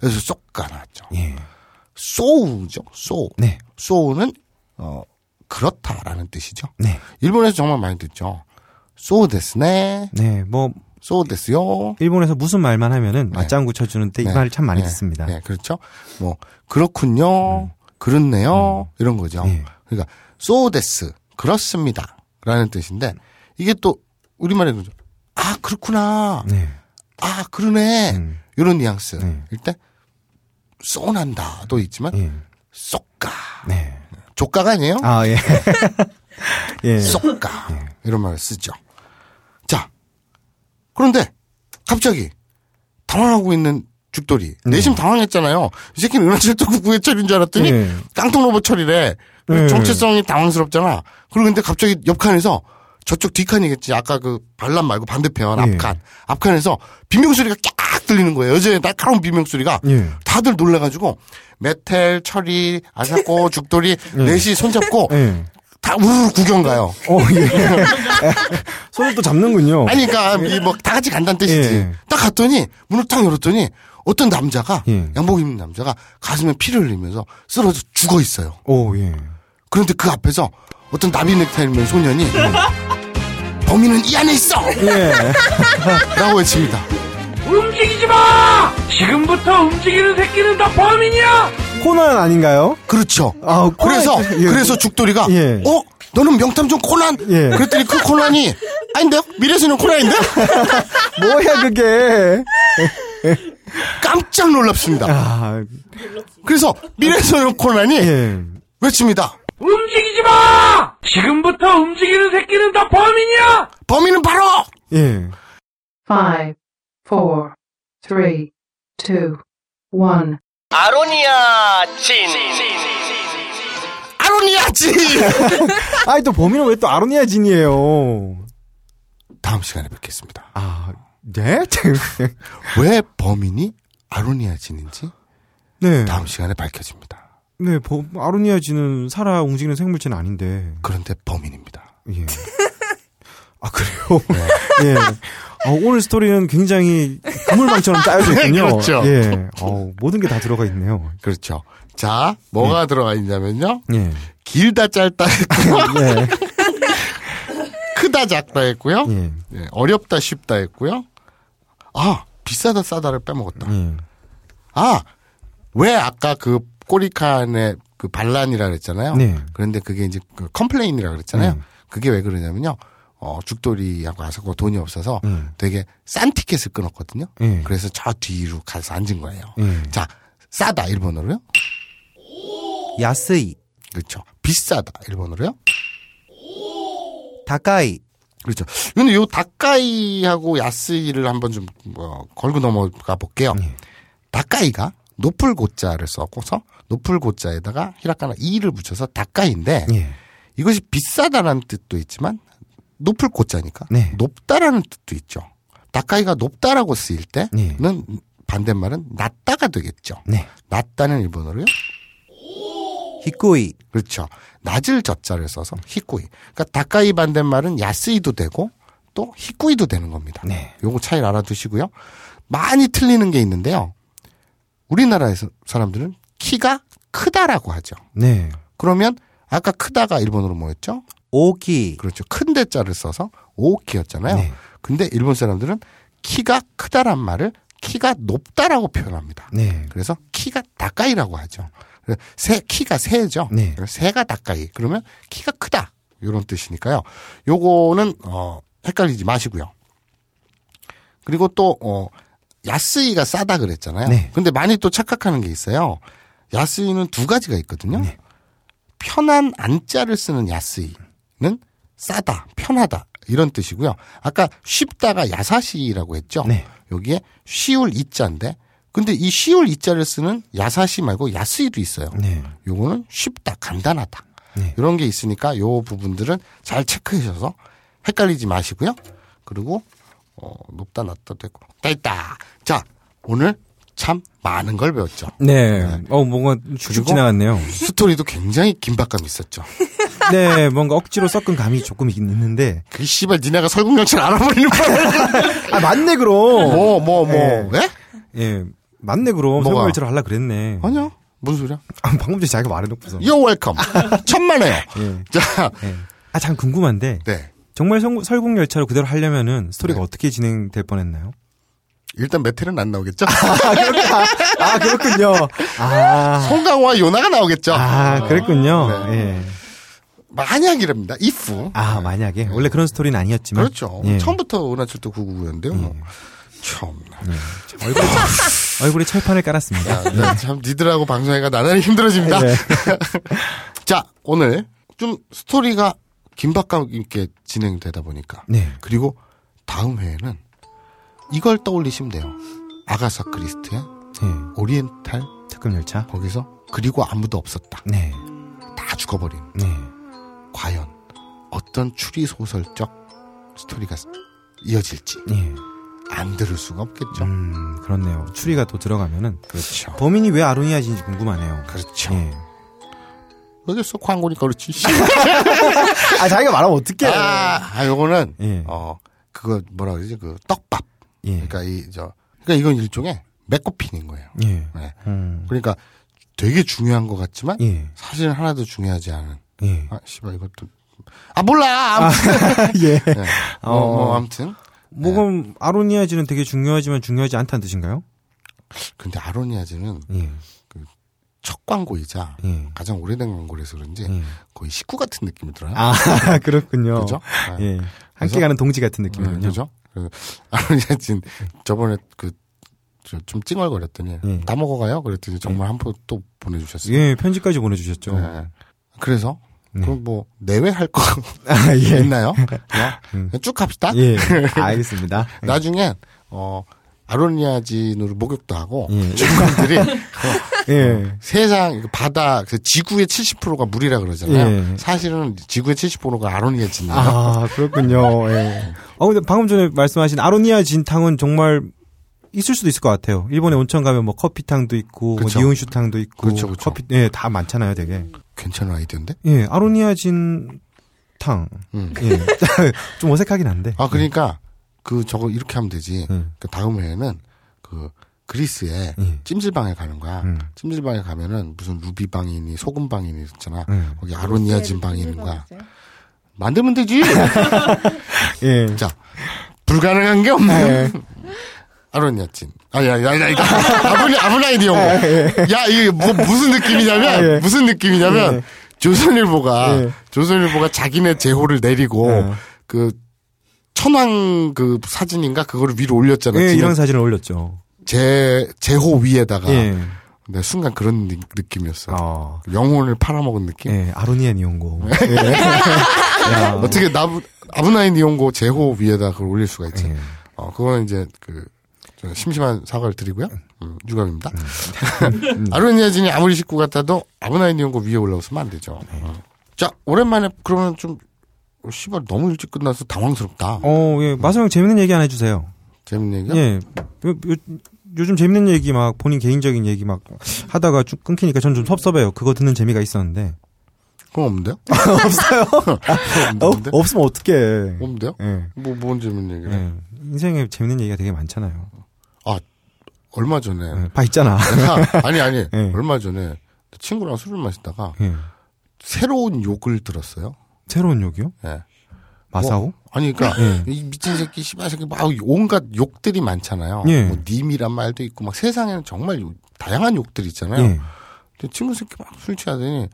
S3: 그래서 쏙가 나왔죠.
S2: 예.
S3: 소우죠. 소우.
S2: 네.
S3: 소우는 어 그렇다라는 뜻이죠.
S2: 네.
S3: 일본에서 정말 많이 듣죠. 소우 데스네.
S2: 네. 뭐
S3: 소우 데스요.
S2: 일본에서 무슨 말만 하면은
S3: 네.
S2: 맞장구 쳐 주는데
S3: 네.
S2: 이 말을 참 많이
S3: 네.
S2: 듣습니다. 음.
S3: 네, 그렇죠. 뭐 그렇군요. 그렇네요. 이런 거죠.
S2: 네.
S3: 그러니까 소우 데스. 그렇습니다라는 뜻인데 이게 또 우리말에 그죠. 아, 그렇구나.
S2: 네.
S3: 아, 그러네.
S2: 음.
S3: 이런 뉘앙스.
S2: 네.
S3: 일단 쏘난다도 있지만
S2: 예.
S3: 쏙가.
S2: 네.
S3: 조가가 아니에요?
S2: 아, 예. 예.
S3: 쏙가 이런 말을 쓰죠. 자 그런데 갑자기 당황하고 있는 죽돌이
S2: 네.
S3: 내심 당황했잖아요. 이 새끼는 은하철도 구구의 철인 줄 알았더니
S2: 예.
S3: 깡통 로봇 철이래.
S2: 예.
S3: 정체성이 당황스럽잖아. 그리고 근데 갑자기 옆칸에서 저쪽 뒷칸이겠지. 아까 그 반란 말고 반대편
S2: 예.
S3: 앞칸 앞칸에서 비명 소리가 깍 들리는 거예요. 여자의 날카로운 비명 소리가
S2: 예.
S3: 다들 놀래가지고 메텔 철이 아사코 죽돌이 넷이 손잡고
S2: 예.
S3: 다 우르르 구경 가요.
S2: 어, 예. 손을 또 잡는군요.
S3: 아니, 그니까, 뭐, 다 같이 간다는 뜻이지.
S2: 예.
S3: 딱 갔더니, 문을 딱 열었더니, 어떤 남자가,
S2: 예.
S3: 양복 입는 남자가 가슴에 피를 흘리면서 쓰러져 죽어 있어요.
S2: 오, 예.
S3: 그런데 그 앞에서 어떤 나비 넥타이 입는 소년이, 범인은 이 안에 있어!
S2: 예.
S3: 라고 외칩니다.
S8: 움직이지 마! 지금부터 움직이는 새끼는 다 범인이야!
S2: 코난 아닌가요?
S3: 그렇죠.
S2: 아, 코난.
S3: 그래서,
S2: 예.
S3: 그래서 죽돌이가,
S2: 예.
S3: 어? 너는 명탐정 코난?
S2: 예.
S3: 그랬더니 그 코난이, 아닌데요? 미래소년 코난인데?
S2: 뭐야, 그게.
S3: 깜짝 놀랍습니다.
S2: 아,
S3: 그래서 미래소년 코난이
S2: 예.
S3: 외칩니다.
S8: 움직이지 마! 지금부터 움직이는 새끼는 다 범인이야!
S3: 범인은 바로
S2: 예.
S13: Five, four, three, two, one.
S5: 아로니아 진.
S3: 아로니아지!
S2: 아니, 또 범인은 왜 또 아로니아 진이에요?
S3: 다음 시간에 뵙겠습니다.
S2: 아, 네?
S3: 왜 범인이 아로니아진인지
S2: 네.
S3: 다음 시간에 밝혀집니다.
S2: 네, 범, 아로니아 진은 살아 움직이는 생물체는 아닌데.
S3: 그런데 범인입니다.
S2: 예. 아, 그래요? 예. 어, 오늘 스토리는 굉장히 그물망처럼 짜여져 있군요.
S3: 네, 그렇죠.
S2: 예. 어, 모든 게 다 들어가 있네요.
S3: 그렇죠. 자, 뭐가 들어가 있냐면요.
S2: 예.
S3: 길다 짧다 했고요.
S2: 예.
S3: 크다 작다 했고요.
S2: 예.
S3: 예, 어렵다 쉽다 했고요. 아, 비싸다 싸다를 빼먹었다.
S2: 예.
S3: 아, 왜 아까 그 꼬리칸의 그 반란이라 그랬잖아요.
S2: 네.
S3: 그런데 그게 이제 그 컴플레인이라 그랬잖아요.
S2: 음.
S3: 그게 왜 그러냐면요. 어, 죽돌이하고 아사코가 돈이 없어서
S2: 음.
S3: 되게 싼 티켓을 끊었거든요.
S2: 예.
S3: 그래서 저 뒤로 가서 앉은 거예요.
S2: 예.
S3: 자, 싸다 일본어로요.
S2: 야스이,
S3: 그렇죠. 비싸다 일본어로요.
S2: 다카이,
S3: 그렇죠. 근데 요 닭가이하고 야스이를 한번 좀 뭐, 걸고 넘어가 볼게요. 닭가이가 노플 고자를 써고서 노플 고자에다가 히라카나 이를 붙여서 닭가이인데
S2: 네. 예.
S3: 이것이 비싸다라는 뜻도 있지만 높을 고자니까 높다라는 뜻도 있죠. 닭가이가 높다라고 쓰일 때는 반대말은 낮다가 되겠죠.
S2: 네.
S3: 낮다는 일본어로요. 히코이. 그렇죠. 낮을 젖자를 써서 히코이. 그러니까 닭가이 반대말은 야스이도 되고 또 히코이도 되는 겁니다.
S2: 네.
S3: 요거 차이를 알아두시고요. 많이 틀리는 게 있는데요. 우리나라에서 사람들은 키가 크다라고 하죠.
S2: 네.
S3: 그러면 아까 크다가 일본어로 뭐였죠? 오키. 그렇죠. 큰 대자를 써서 오키였잖아요. 근데 일본 사람들은 키가 크다란 말을 키가 높다라고 표현합니다.
S2: 네.
S3: 그래서 키가 다까이라고 하죠. 그래서 새 키가 새죠. 그래서 새가 다까이. 그러면 키가 크다. 이런 뜻이니까요. 요거는 어 헷갈리지 마시고요. 그리고 또 어, 야스이가 싸다 그랬잖아요. 근데 많이 또 착각하는 게 있어요. 야스이는 두 가지가 있거든요. 편한 안자를 쓰는 야스이는 싸다, 편하다 이런 뜻이고요. 아까 쉽다가 야사시라고 했죠. 여기에 쉬울 이자인데 근데 이 쉬울 이자를 쓰는 야사시 말고 야스이도 있어요. 요거는 쉽다, 간단하다. 이런 게 있으니까 요 부분들은 잘 체크해 주셔서 헷갈리지 마시고요. 그리고 어, 높다 낮다 됐고 다 있다. 자 오늘 참 많은 걸 배웠죠.
S2: 네. 어, 뭔가 쭉쭉
S3: 그리고
S2: 지나갔네요.
S3: 스토리도 굉장히 긴박감 있었죠.
S2: 네, 뭔가 억지로 섞은 감이 조금 있긴 있는데.
S3: 그 씨발 니네가 설국열차를 알아버리는
S2: 아, 맞네, 그럼.
S3: 뭐, 뭐, 뭐. 왜?
S2: 예. 맞네, 그럼.
S3: 뭐가?
S2: 설거지를 하려 그랬네.
S3: 아니요. 무슨 소리야?
S2: 아, 방금 전에 자기가 말해놓고서.
S3: You're welcome. 천만에요.
S2: 예.
S3: 자.
S2: 예. 아, 참 궁금한데.
S3: 네.
S2: 정말 성- 설국열차로 그대로 하려면은 스토리가 어떻게 진행될 뻔했나요?
S3: 일단 메텔은 안 나오겠죠?
S2: 아, 그렇군요. 아.
S3: 송강호와 요나가 나오겠죠?
S2: 아, 그랬군요.
S3: 네.
S2: 예.
S3: 만약이랍니다. if.
S2: 아, 만약에. 원래 그런 스토리는 아니었지만.
S3: 네. 그렇죠.
S2: 예.
S3: 처음부터 은하철도 999였는데요. 뭐. 참나.
S2: 예. 얼굴에, 얼굴에 철판을 깔았습니다.
S3: 야, 나 아, 네. 참 니들하고 방송해가 나날이 힘들어집니다.
S2: 네.
S3: 자, 오늘 좀 스토리가 긴박감 있게 진행되다 보니까
S2: 네.
S3: 그리고 다음 회에는 이걸 떠올리시면 돼요. 아가사 크리스트의 오리엔탈
S2: 네. 특급 열차
S3: 거기서 그리고 아무도 없었다.
S2: 네.
S3: 다 죽어버린.
S2: 네.
S3: 과연 어떤 추리 소설적 스토리가 이어질지
S2: 예.
S3: 안 들을 수가 없겠죠.
S2: 음, 그렇네요. 추리가 또 들어가면은
S3: 그렇죠.
S2: 범인이 왜 아로니아인지 궁금하네요.
S3: 그렇죠.
S2: 예.
S3: 여기서 광고니까 그렇지.
S2: 아, 자기가 말하면 어떡해.
S3: 아, 아, 요거는
S2: 예.
S3: 어 그거 뭐라 그러지 그 떡밥.
S2: 예.
S3: 그러니까 이 저 그러니까 이건 일종의 맥코핀인 거예요.
S2: 예.
S3: 네.
S2: 음.
S3: 그러니까 되게 중요한 것 같지만
S2: 예.
S3: 사실은 하나도 중요하지 않은.
S2: 예.
S3: 아 씨발 이것도 아 몰라. 아무튼
S2: 예.
S3: 네. 뭐,
S2: 어,
S3: 뭐
S2: 어.
S3: 아무튼 네.
S2: 뭐 그럼 아로니아지는 되게 중요하지만 중요하지 않다는 뜻인가요?
S3: 근데 아로니아즈는
S2: 예.
S3: 첫 광고이자
S2: 예.
S3: 가장 오래된 광고라서 그런지 거의 식구 같은 느낌이 들어요.
S2: 음. 아, 그렇군요.
S3: 그죠? 네.
S2: 예. 함께
S3: 그래서-
S2: 가는 동지 같은 느낌이군요.
S3: 음, 그죠? 그래서 아로니아진 저번에 그 그좀 찡얼거렸더니
S2: 예.
S3: 다 먹어가요? 그랬더니 정말 한 번 또 보내주셨어요.
S2: 예, 편지까지 보내주셨죠.
S3: 네. 그래서 그럼 뭐 내외할 거
S2: 아, 예.
S3: 있나요? 그냥
S2: 음.
S3: 쭉 갑시다.
S2: 예, 알겠습니다.
S3: 음. 나중에 어 아로니아진으로 목욕도 하고
S2: 예.
S3: 중간들이 어,
S2: 예.
S3: 세상 이거 바다 그 지구의 70%가 물이라 그러잖아요.
S2: 예.
S3: 사실은 지구의 70%가 아로니아진이에요.
S2: 아, 그렇군요. 예. 어, 근데 방금 전에 말씀하신 아로니아 진탕은 정말 있을 수도 있을 것 같아요. 일본에 온천 가면 뭐 커피탕도 있고, 뭐
S3: 그쵸.
S2: 니온슈탕도 있고,
S3: 그쵸, 그쵸.
S2: 커피, 예, 다 많잖아요, 되게.
S3: 괜찮은 아이디어인데?
S2: 예, 아로니아 진탕. 예. 좀 어색하긴 한데.
S3: 음. 아 그러니까 그 저거 이렇게 하면 되지.
S2: 음.
S3: 그 다음 회에는 그 그리스에 찜질방에 가는 거야.
S2: 음.
S3: 찜질방에 가면은 무슨 루비 방이니 소금 방이니 있잖아.
S2: 음.
S3: 거기 아로니아진 방이 있는 거야. 만들면 되지.
S2: 예.
S3: 자 불가능한 게 없네. 아로니아진. 아야야야 이거 아브리 아브라이디 영어. 뭐. 야 이게 뭐 무슨 느낌이냐면
S2: 예. 아, 예.
S3: 무슨 느낌이냐면
S2: 예.
S3: 조선일보가
S2: 예.
S3: 조선일보가 자기네 제호를 내리고
S2: 예.
S3: 그 천왕 그 사진인가 그거를 위로 올렸잖아요.
S2: 예,
S3: 지금
S2: 이런 사진을 올렸죠.
S3: 제 제호 위에다가
S2: 예.
S3: 네, 순간 그런 느- 느낌이었어. 요
S2: 어.
S3: 영혼을 팔아먹은 느낌.
S14: 네.
S2: 예, 아로니아 니온고. 예. 야.
S3: 어떻게 나 아브나인 이용고 제호 위에다 그걸 올릴 수가
S2: 예.
S3: 있지. 어, 그거는 이제 그, 저는 심심한 사과를 드리고요. 음, 유감입니다. 아르헨티나진이 아무리 식구 같아도 아브나인 이용고 위에 올라오시면 안 되죠. 어. 자, 오랜만에 그러면 좀, 어, 씨발, 너무 일찍 끝나서 당황스럽다.
S2: 어, 예. 마성 형 재밌는 얘기 하나 해주세요.
S3: 재밌는
S14: 네.
S3: 얘기요?
S2: 예. 요, 요, 즘 재밌는 얘기 막 본인 개인적인 얘기 막 하다가 쭉 끊기니까 전 좀 섭섭해요. 그거 듣는 재미가 있었는데.
S3: 그건 없는데요?
S14: 없어요.
S3: 없는데?
S14: 어, 없으면 어떡해.
S3: 없는데요?
S2: 예.
S3: 뭐, 뭔 재밌는 얘기를.
S2: 예. 인생에 재밌는 얘기가 되게 많잖아요. 예,
S3: 아, 얼마
S14: 네.
S3: 전에.
S2: 봐 있잖아.
S3: 내가- 아니, 아니.
S2: 예.
S3: 얼마 전에 친구랑 술을 마시다가
S14: 네.
S2: 예.
S3: 새로운 욕을 들었어요.
S2: 새로운 욕이요?
S14: 네.
S3: 예.
S2: 마사오?
S14: 어?
S3: 뭐, 아니, 그러니까
S2: 예.
S3: 이 미친 새끼, 씨발 새끼, 막 온갖 욕들이 많잖아요.
S14: 네.
S2: 예.
S3: 뭐 님이란 말도 있고 막 세상에는 정말 요- 다양한 욕들이
S14: 네.
S3: 있잖아요.
S2: 예.
S3: 근데 친구 새끼 막 술 취하더니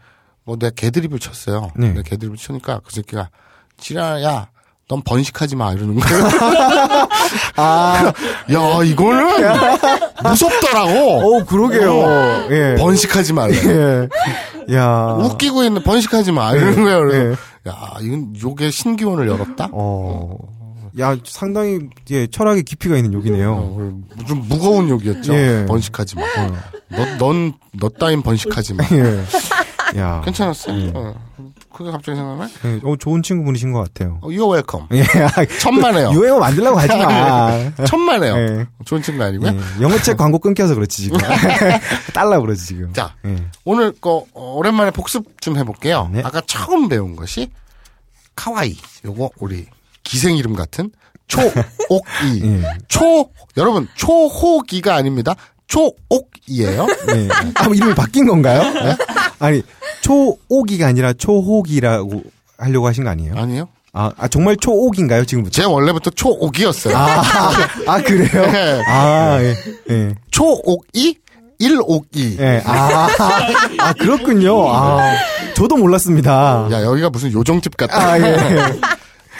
S3: 뭐 내가 개드립을 쳤어요.
S2: 네.
S3: 내가 개드립을 치니까 그 새끼가 지랄야. 넌 번식하지 마 이러는 거예요.
S14: 아,
S3: 야 이거는 무섭더라고.
S14: 어, 그러게요.
S3: 어,
S14: 예.
S3: 번식하지 말래.
S14: 예. 야.
S3: 웃기고 있는 번식하지 마 이러는
S14: 예.
S3: 거예요. 그래서
S14: 예.
S3: 야 이건 욕의 신기원을 열었다.
S14: 어.
S2: 야, 상당히 예, 철학의 깊이가 있는
S14: 어.
S2: 욕이네요.
S3: 어, 좀 무거운 욕이었죠.
S2: 예.
S3: 번식하지 마. 너넌너 따윈 번식하지 마.
S2: 예. 야.
S3: 괜찮았어요. 어. 그게 갑자기 생각나?
S2: 예, 어, 좋은 친구분이신 것 같아요.
S3: 어, you're welcome.
S2: 예.
S3: 천만에요.
S14: 유행어 만들려고 하지 마.
S3: 천만에요.
S2: 예.
S3: 좋은 친구 아니고요.
S2: 예. 영어책 광고 끊겨서 그렇지 지금. 딸라 그러지 지금.
S3: 자
S2: 예. 네.
S3: 오늘 거 어, 오랜만에 복습 좀 해볼게요. 아까 처음 배운 것이 카와이. 요거 우리 기생 이름 같은 초옥이.
S2: 예.
S3: 초 여러분 초호기가 아닙니다. 초옥이에요.
S2: 네. 아, 뭐 이름이 바뀐 건가요? 네? 아니, 초오기가 아니라 초호기라고 하려고 하신 거 아니에요?
S3: 아니요.
S2: 아, 아, 정말 초오기인가요, 지금부터?
S3: 제 원래부터 초옥이었어요.
S2: 아, 아, 그래요?
S3: 예.
S2: 아, 예. 예.
S3: 초옥이 일옥이.
S2: 예. 아, 아, 그렇군요. 아, 저도 몰랐습니다.
S3: 야 여기가 무슨 요정집 같다.
S2: 아, 예.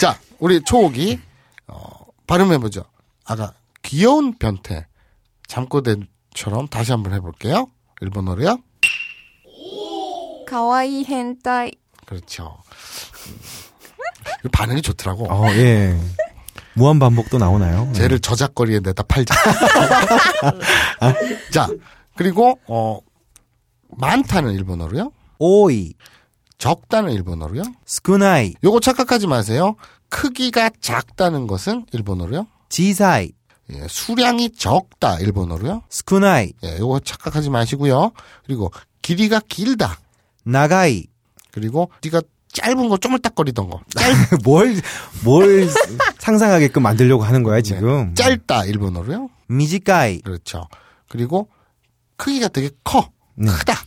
S3: 자 우리 초옥이 어, 발음해보죠. 아까 귀여운 변태 잠꼬대처럼 다시 한번 해볼게요. 일본어로요.
S9: 가와이 헨타이
S3: 그렇죠. 음. 반응이 좋더라고.
S2: 어, 예. 무한반복도 나오나요? 네.
S3: 쟤를 저작거리에 내다 팔자. 자, 그리고, 어, 많다는 일본어로요.
S2: 오이,
S3: 적다는 일본어로요.
S2: 스쿠나이,
S3: 요거 착각하지 마세요. 크기가 작다는 것은 일본어로요.
S2: 지사이,
S3: 예, 수량이 적다 일본어로요.
S2: 스쿠나이,
S3: 예, 요거 착각하지 마시고요. 그리고 길이가 길다.
S2: 나가이.
S3: 그리고 네가 짧은 거 쪼물딱거리던 네. 거.
S2: 뭘, 뭘 상상하게끔 만들려고 하는 거야, 지금.
S3: 짧다 일본어로요.
S2: 미지카이,
S3: 그렇죠. 그리고 크기가 되게 커.
S2: 네.
S3: 크다.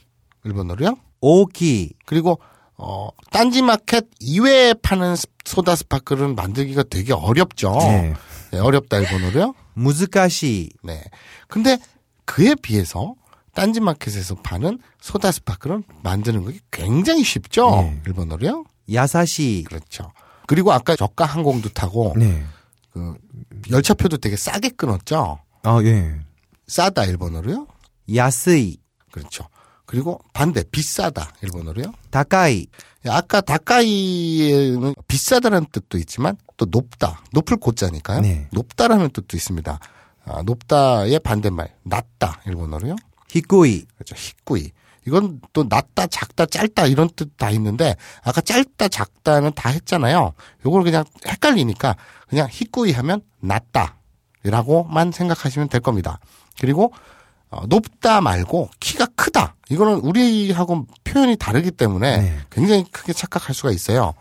S3: 일본어로요.
S2: 오키,
S3: 그리고 어 딴지마켓 이외에 파는 스- 소다 스파클은 만들기가 되게 어렵죠.
S2: 네.
S3: 네, 어렵다 일본어로요.
S2: 무즈카시,
S3: 네. 근데 그에 비해서 딴지마켓에서 파는 소다 스파클은 만드는 게 굉장히 쉽죠.
S2: 네.
S3: 일본어로요.
S2: 야사시.
S3: 그렇죠. 그리고 아까 저가 항공도 타고
S2: 네.
S3: 그 열차표도 되게 싸게 끊었죠.
S2: 아, 예.
S3: 싸다 일본어로요.
S2: 야스이,
S3: 그렇죠. 그리고 반대 비싸다 일본어로요.
S2: 다카이,
S3: 아까 다카이에는 비싸다라는 뜻도 있지만 또 높다, 높을 고자니까요.
S2: 네.
S3: 높다라는 뜻도 있습니다. 아, 높다의 반대말 낮다 일본어로요.
S2: 히쿠이,
S3: 그렇죠. 히꾸이. 이건 또 낮다, 작다, 짧다 이런 뜻 다 있는데 아까 짧다, 작다는 다 했잖아요. 요걸 그냥 헷갈리니까 그냥 히꾸이 하면 낮다라고만 생각하시면 될 겁니다. 그리고 어, 높다 말고 키가 크다. 이거는 우리하고 표현이 다르기 때문에
S2: 네.
S3: 굉장히 크게 착각할 수가 있어요.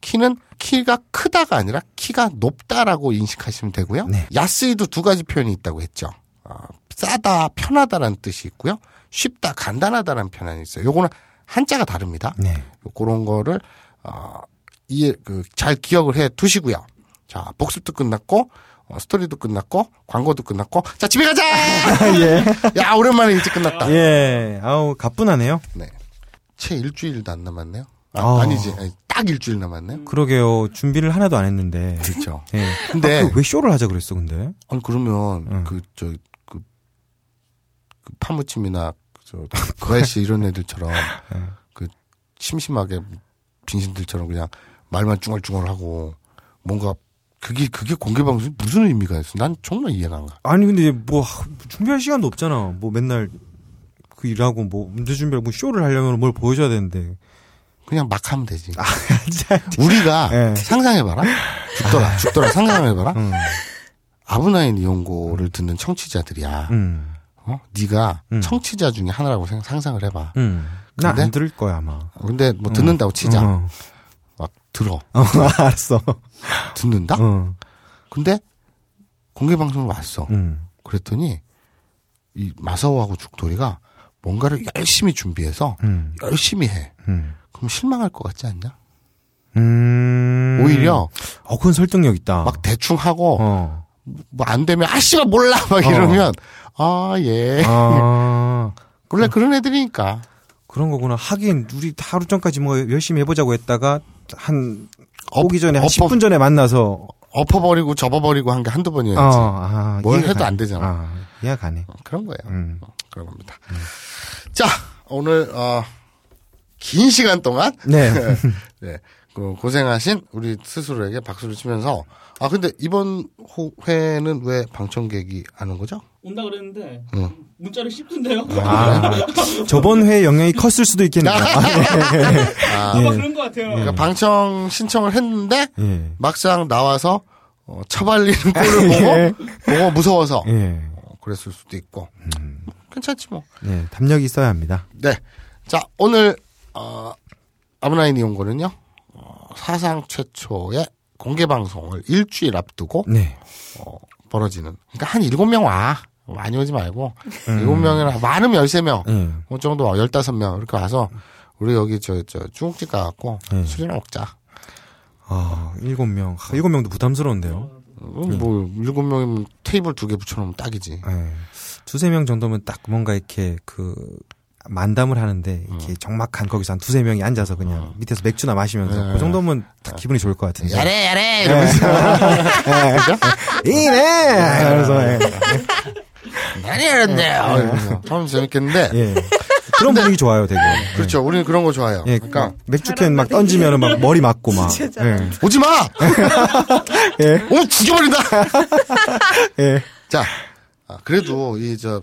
S3: 키는 키가 크다가 아니라 키가 높다라고 인식하시면 되고요.
S2: 네.
S3: 야스이도 두 가지 표현이 있다고 했죠. 어, 싸다, 편하다라는 뜻이 있고요. 쉽다, 간단하다라는 표현이 있어요. 요거는 한자가 다릅니다.
S2: 네.
S3: 그런 거를 어, 이해 그 잘 기억을 해 두시고요. 자, 복습도 끝났고 어, 스토리도 끝났고 광고도 끝났고 자 집에 가자. 야 오랜만에 일찍 끝났다.
S2: 예. 아우, 가뿐하네요.
S3: 네. 채 일주일도 안 남았네요.
S2: 아.
S3: 아, 니지딱 일주일 남았네요.
S2: 그러게요. 준비를 하나도 안 했는데.
S3: 그렇죠.
S2: 예.
S3: 근데-
S2: 아, 그왜 쇼를 하자 그랬어, 근데?
S3: 아니 그러면 그 저 그 파무침이나 저 고아씨 이런 애들처럼 그 심심하게 빈신들처럼 그냥 말만 중얼중얼하고 뭔가 그게 그게 공개 방송이 무슨 의미가 있어? 난 정말 이해가 안 가.
S2: 아니 근데 뭐 하, 준비할 시간도 없잖아. 뭐 맨날 그 일하고 뭐 문제 준비하고 뭐 쇼를 하려면 뭘 보여줘야 되는데
S3: 그냥 막 하면 되지. 우리가 상상해봐라. 죽더라, 죽더라. 상상해봐라. 아브나인 이용고를 듣는 청취자들이야.
S2: 음.
S3: 어? 네가 청취자 중에 하나라고 생각, 상상을 해봐.
S2: 음.
S3: 근데-
S2: 나안 들을 거야 아마.
S3: 근데 뭐 듣는다고 치자.
S2: 어.
S3: 막 들어.
S2: 어, 알았어.
S3: 듣는다?
S2: 어.
S3: 근데 공개 방송을 왔어.
S2: 음.
S3: 그랬더니 이 마사오하고 죽돌이가 뭔가를 열심히 준비해서
S2: 음.
S3: 열심히 해.
S2: 음.
S3: 그럼 실망할 것 같지 않냐?
S2: 음.
S3: 오히려
S2: 어, 그건 설득력 있다. 막
S3: 대충 하고
S2: 어.
S3: 뭐 안 되면 아씨가 몰라 막
S2: 어.
S3: 이러면 아 예.
S2: 아.
S3: 원래 그런 애들이니까.
S2: 그런 거구나. 하긴 우리 하루 전까지 뭐 열심히 해보자고 했다가 한 오기 전에 한 10분 전에 만나서
S3: 엎어버리고 접어버리고 한 게 한두 번이었지.
S2: 어, 아,
S3: 뭘
S2: 이해가
S3: 해도 안
S2: 가네.
S3: 되잖아.
S2: 아, 이해가 가네.
S3: 그런 거예요.
S2: 음.
S3: 그런 겁니다. 자, 오늘, 어, 긴 시간 동안.
S2: 네.
S3: 네, 그 고생하신 우리 스스로에게 박수를 치면서. 아, 근데 이번 호- 회는 왜 방청객이 아는 거죠?
S15: 온다 그랬는데
S3: 응.
S15: 문자를 씹던데요.
S2: 아, 저번 회에 영향이 컸을 수도 있겠네요.
S3: 아,
S2: 예.
S3: 그러니까 방청 신청을 했는데,
S2: 예.
S3: 막상 나와서, 어, 처발리는 꼴을 보고,
S2: 예.
S3: 보고 무서워서.
S2: 예.
S3: 어, 그랬을 수도 있고.
S2: 음.
S3: 괜찮지 뭐.
S2: 예, 담력이 있어야 합니다.
S3: 네. 자, 오늘, 어, 아브나인 이용고는요, 어, 사상 최초의 공개 방송을 일주일 앞두고,
S2: 네.
S3: 어, 벌어지는. 그러니까 한 일곱 명 와. 많이 오지 말고,
S2: 음.
S3: 일곱 명이나, 많으면 열세 명,
S2: 음.
S3: 그 정도 와, 열다섯 명, 이렇게 와서, 우리 여기 저, 저, 중국집 가갖고,
S2: 음.
S3: 술이나 먹자.
S2: 아, 일곱 명. 아, 일곱 명도 부담스러운데요.
S3: 음, 뭐, 일곱 명이면 테이블 두 개 붙여놓으면 딱이지.
S2: 예. 두세 명 정도면 딱 뭔가 이렇게 그 만담을 하는데
S3: 어.
S2: 이렇게 정막한 거기서 한 두세 명이 앉아서 그냥 밑에서 맥주나 마시면서
S3: 예.
S2: 그 정도면 딱 기분이 좋을 것 같은데.
S3: 어.
S2: 예.
S3: 야래, 야래! 이러면서. 어.
S2: 이네! 이러면서. 예.
S3: 많이
S2: 음.
S3: 하는데요. 어, 이러면서. 참 재밌겠는데.
S2: 예. 그런 분위기 좋아요, 되게.
S3: 그렇죠. 우리는 그런 거 좋아해요.
S2: 예,
S3: 그러니까
S2: 맥주캔 막 던지면은 막 머리 맞고 막. 예.
S3: 오지 마.
S2: 예.
S3: 오 죽여버린다.
S2: 예.
S3: 자, 아, 그래도 이 저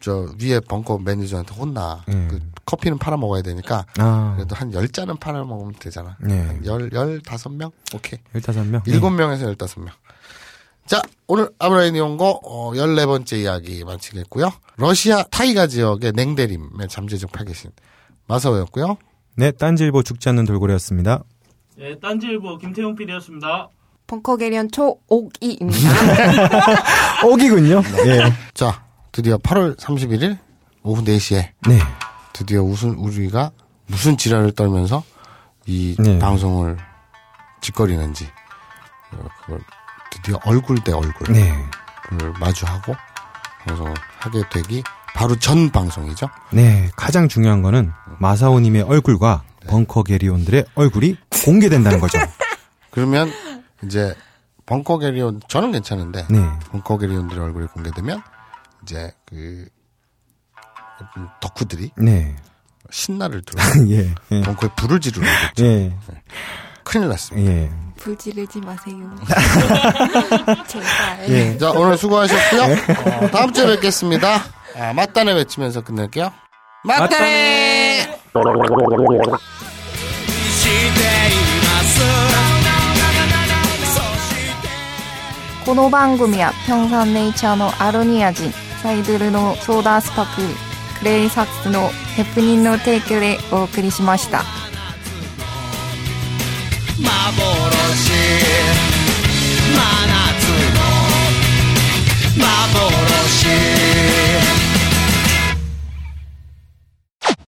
S3: 저 위에 벙커 매니저한테 혼나. 그 커피는 팔아 먹어야 되니까
S2: 음. 아.
S3: 그래도 한 열 잔은 팔아 먹으면 되잖아.
S2: 예.
S3: 열열 다섯 명 오케이.
S2: 15명.
S3: 일곱 명에서 열다섯 명. 자, 오늘 아브라인 이온거 어, 14번째 이야기 마치겠고요. 러시아 타이가 지역의 냉대림에 잠재적 파괴신 마사오였고요.
S2: 네, 딴지일보 죽지 않는 돌고래였습니다.
S15: 예, 딴지일보 김태용 PD였습니다.
S9: 벙커 개련 초옥이입니다.
S2: 옥이군요. 예.
S3: 자, 드디어 8월 31일 오후 4시에
S2: 네.
S3: 드디어 무슨 우리가 무슨 지랄을 떨면서 이
S2: 네.
S3: 방송을 짓거리는지 어, 그걸 드디어 얼굴 대 얼굴을
S2: 네.
S3: 마주하고 방송을 하게 되기 바로 전 방송이죠.
S2: 네, 가장 중요한 거는 마사오님의 얼굴과 벙커 게리온들의 얼굴이 공개된다는 거죠.
S3: 그러면 이제 벙커 게리온 저는 괜찮은데
S2: 네.
S3: 벙커 게리온들의 얼굴이 공개되면 이제 그 어떤 덕후들이
S2: 네.
S3: 신나를 들어
S2: 예. 예.
S3: 벙커에 불을 지르고 있겠죠.
S2: 예.
S3: 큰일 났습니다.
S2: 예.
S9: 불 지르지 마세요.
S2: 예.
S9: 제발.
S2: 네.
S3: 자, 오늘 수고하셨고요. 어, 다음 주에 뵙겠습니다. 아, 맞다네 외치면서 끝낼게요. 맞다네!
S9: この番組はピョンサンネイチャーのアロニア人サイドルのソーダスパククレイサックスのヘプニンの提供でお送りしました
S16: 幻真夏の幻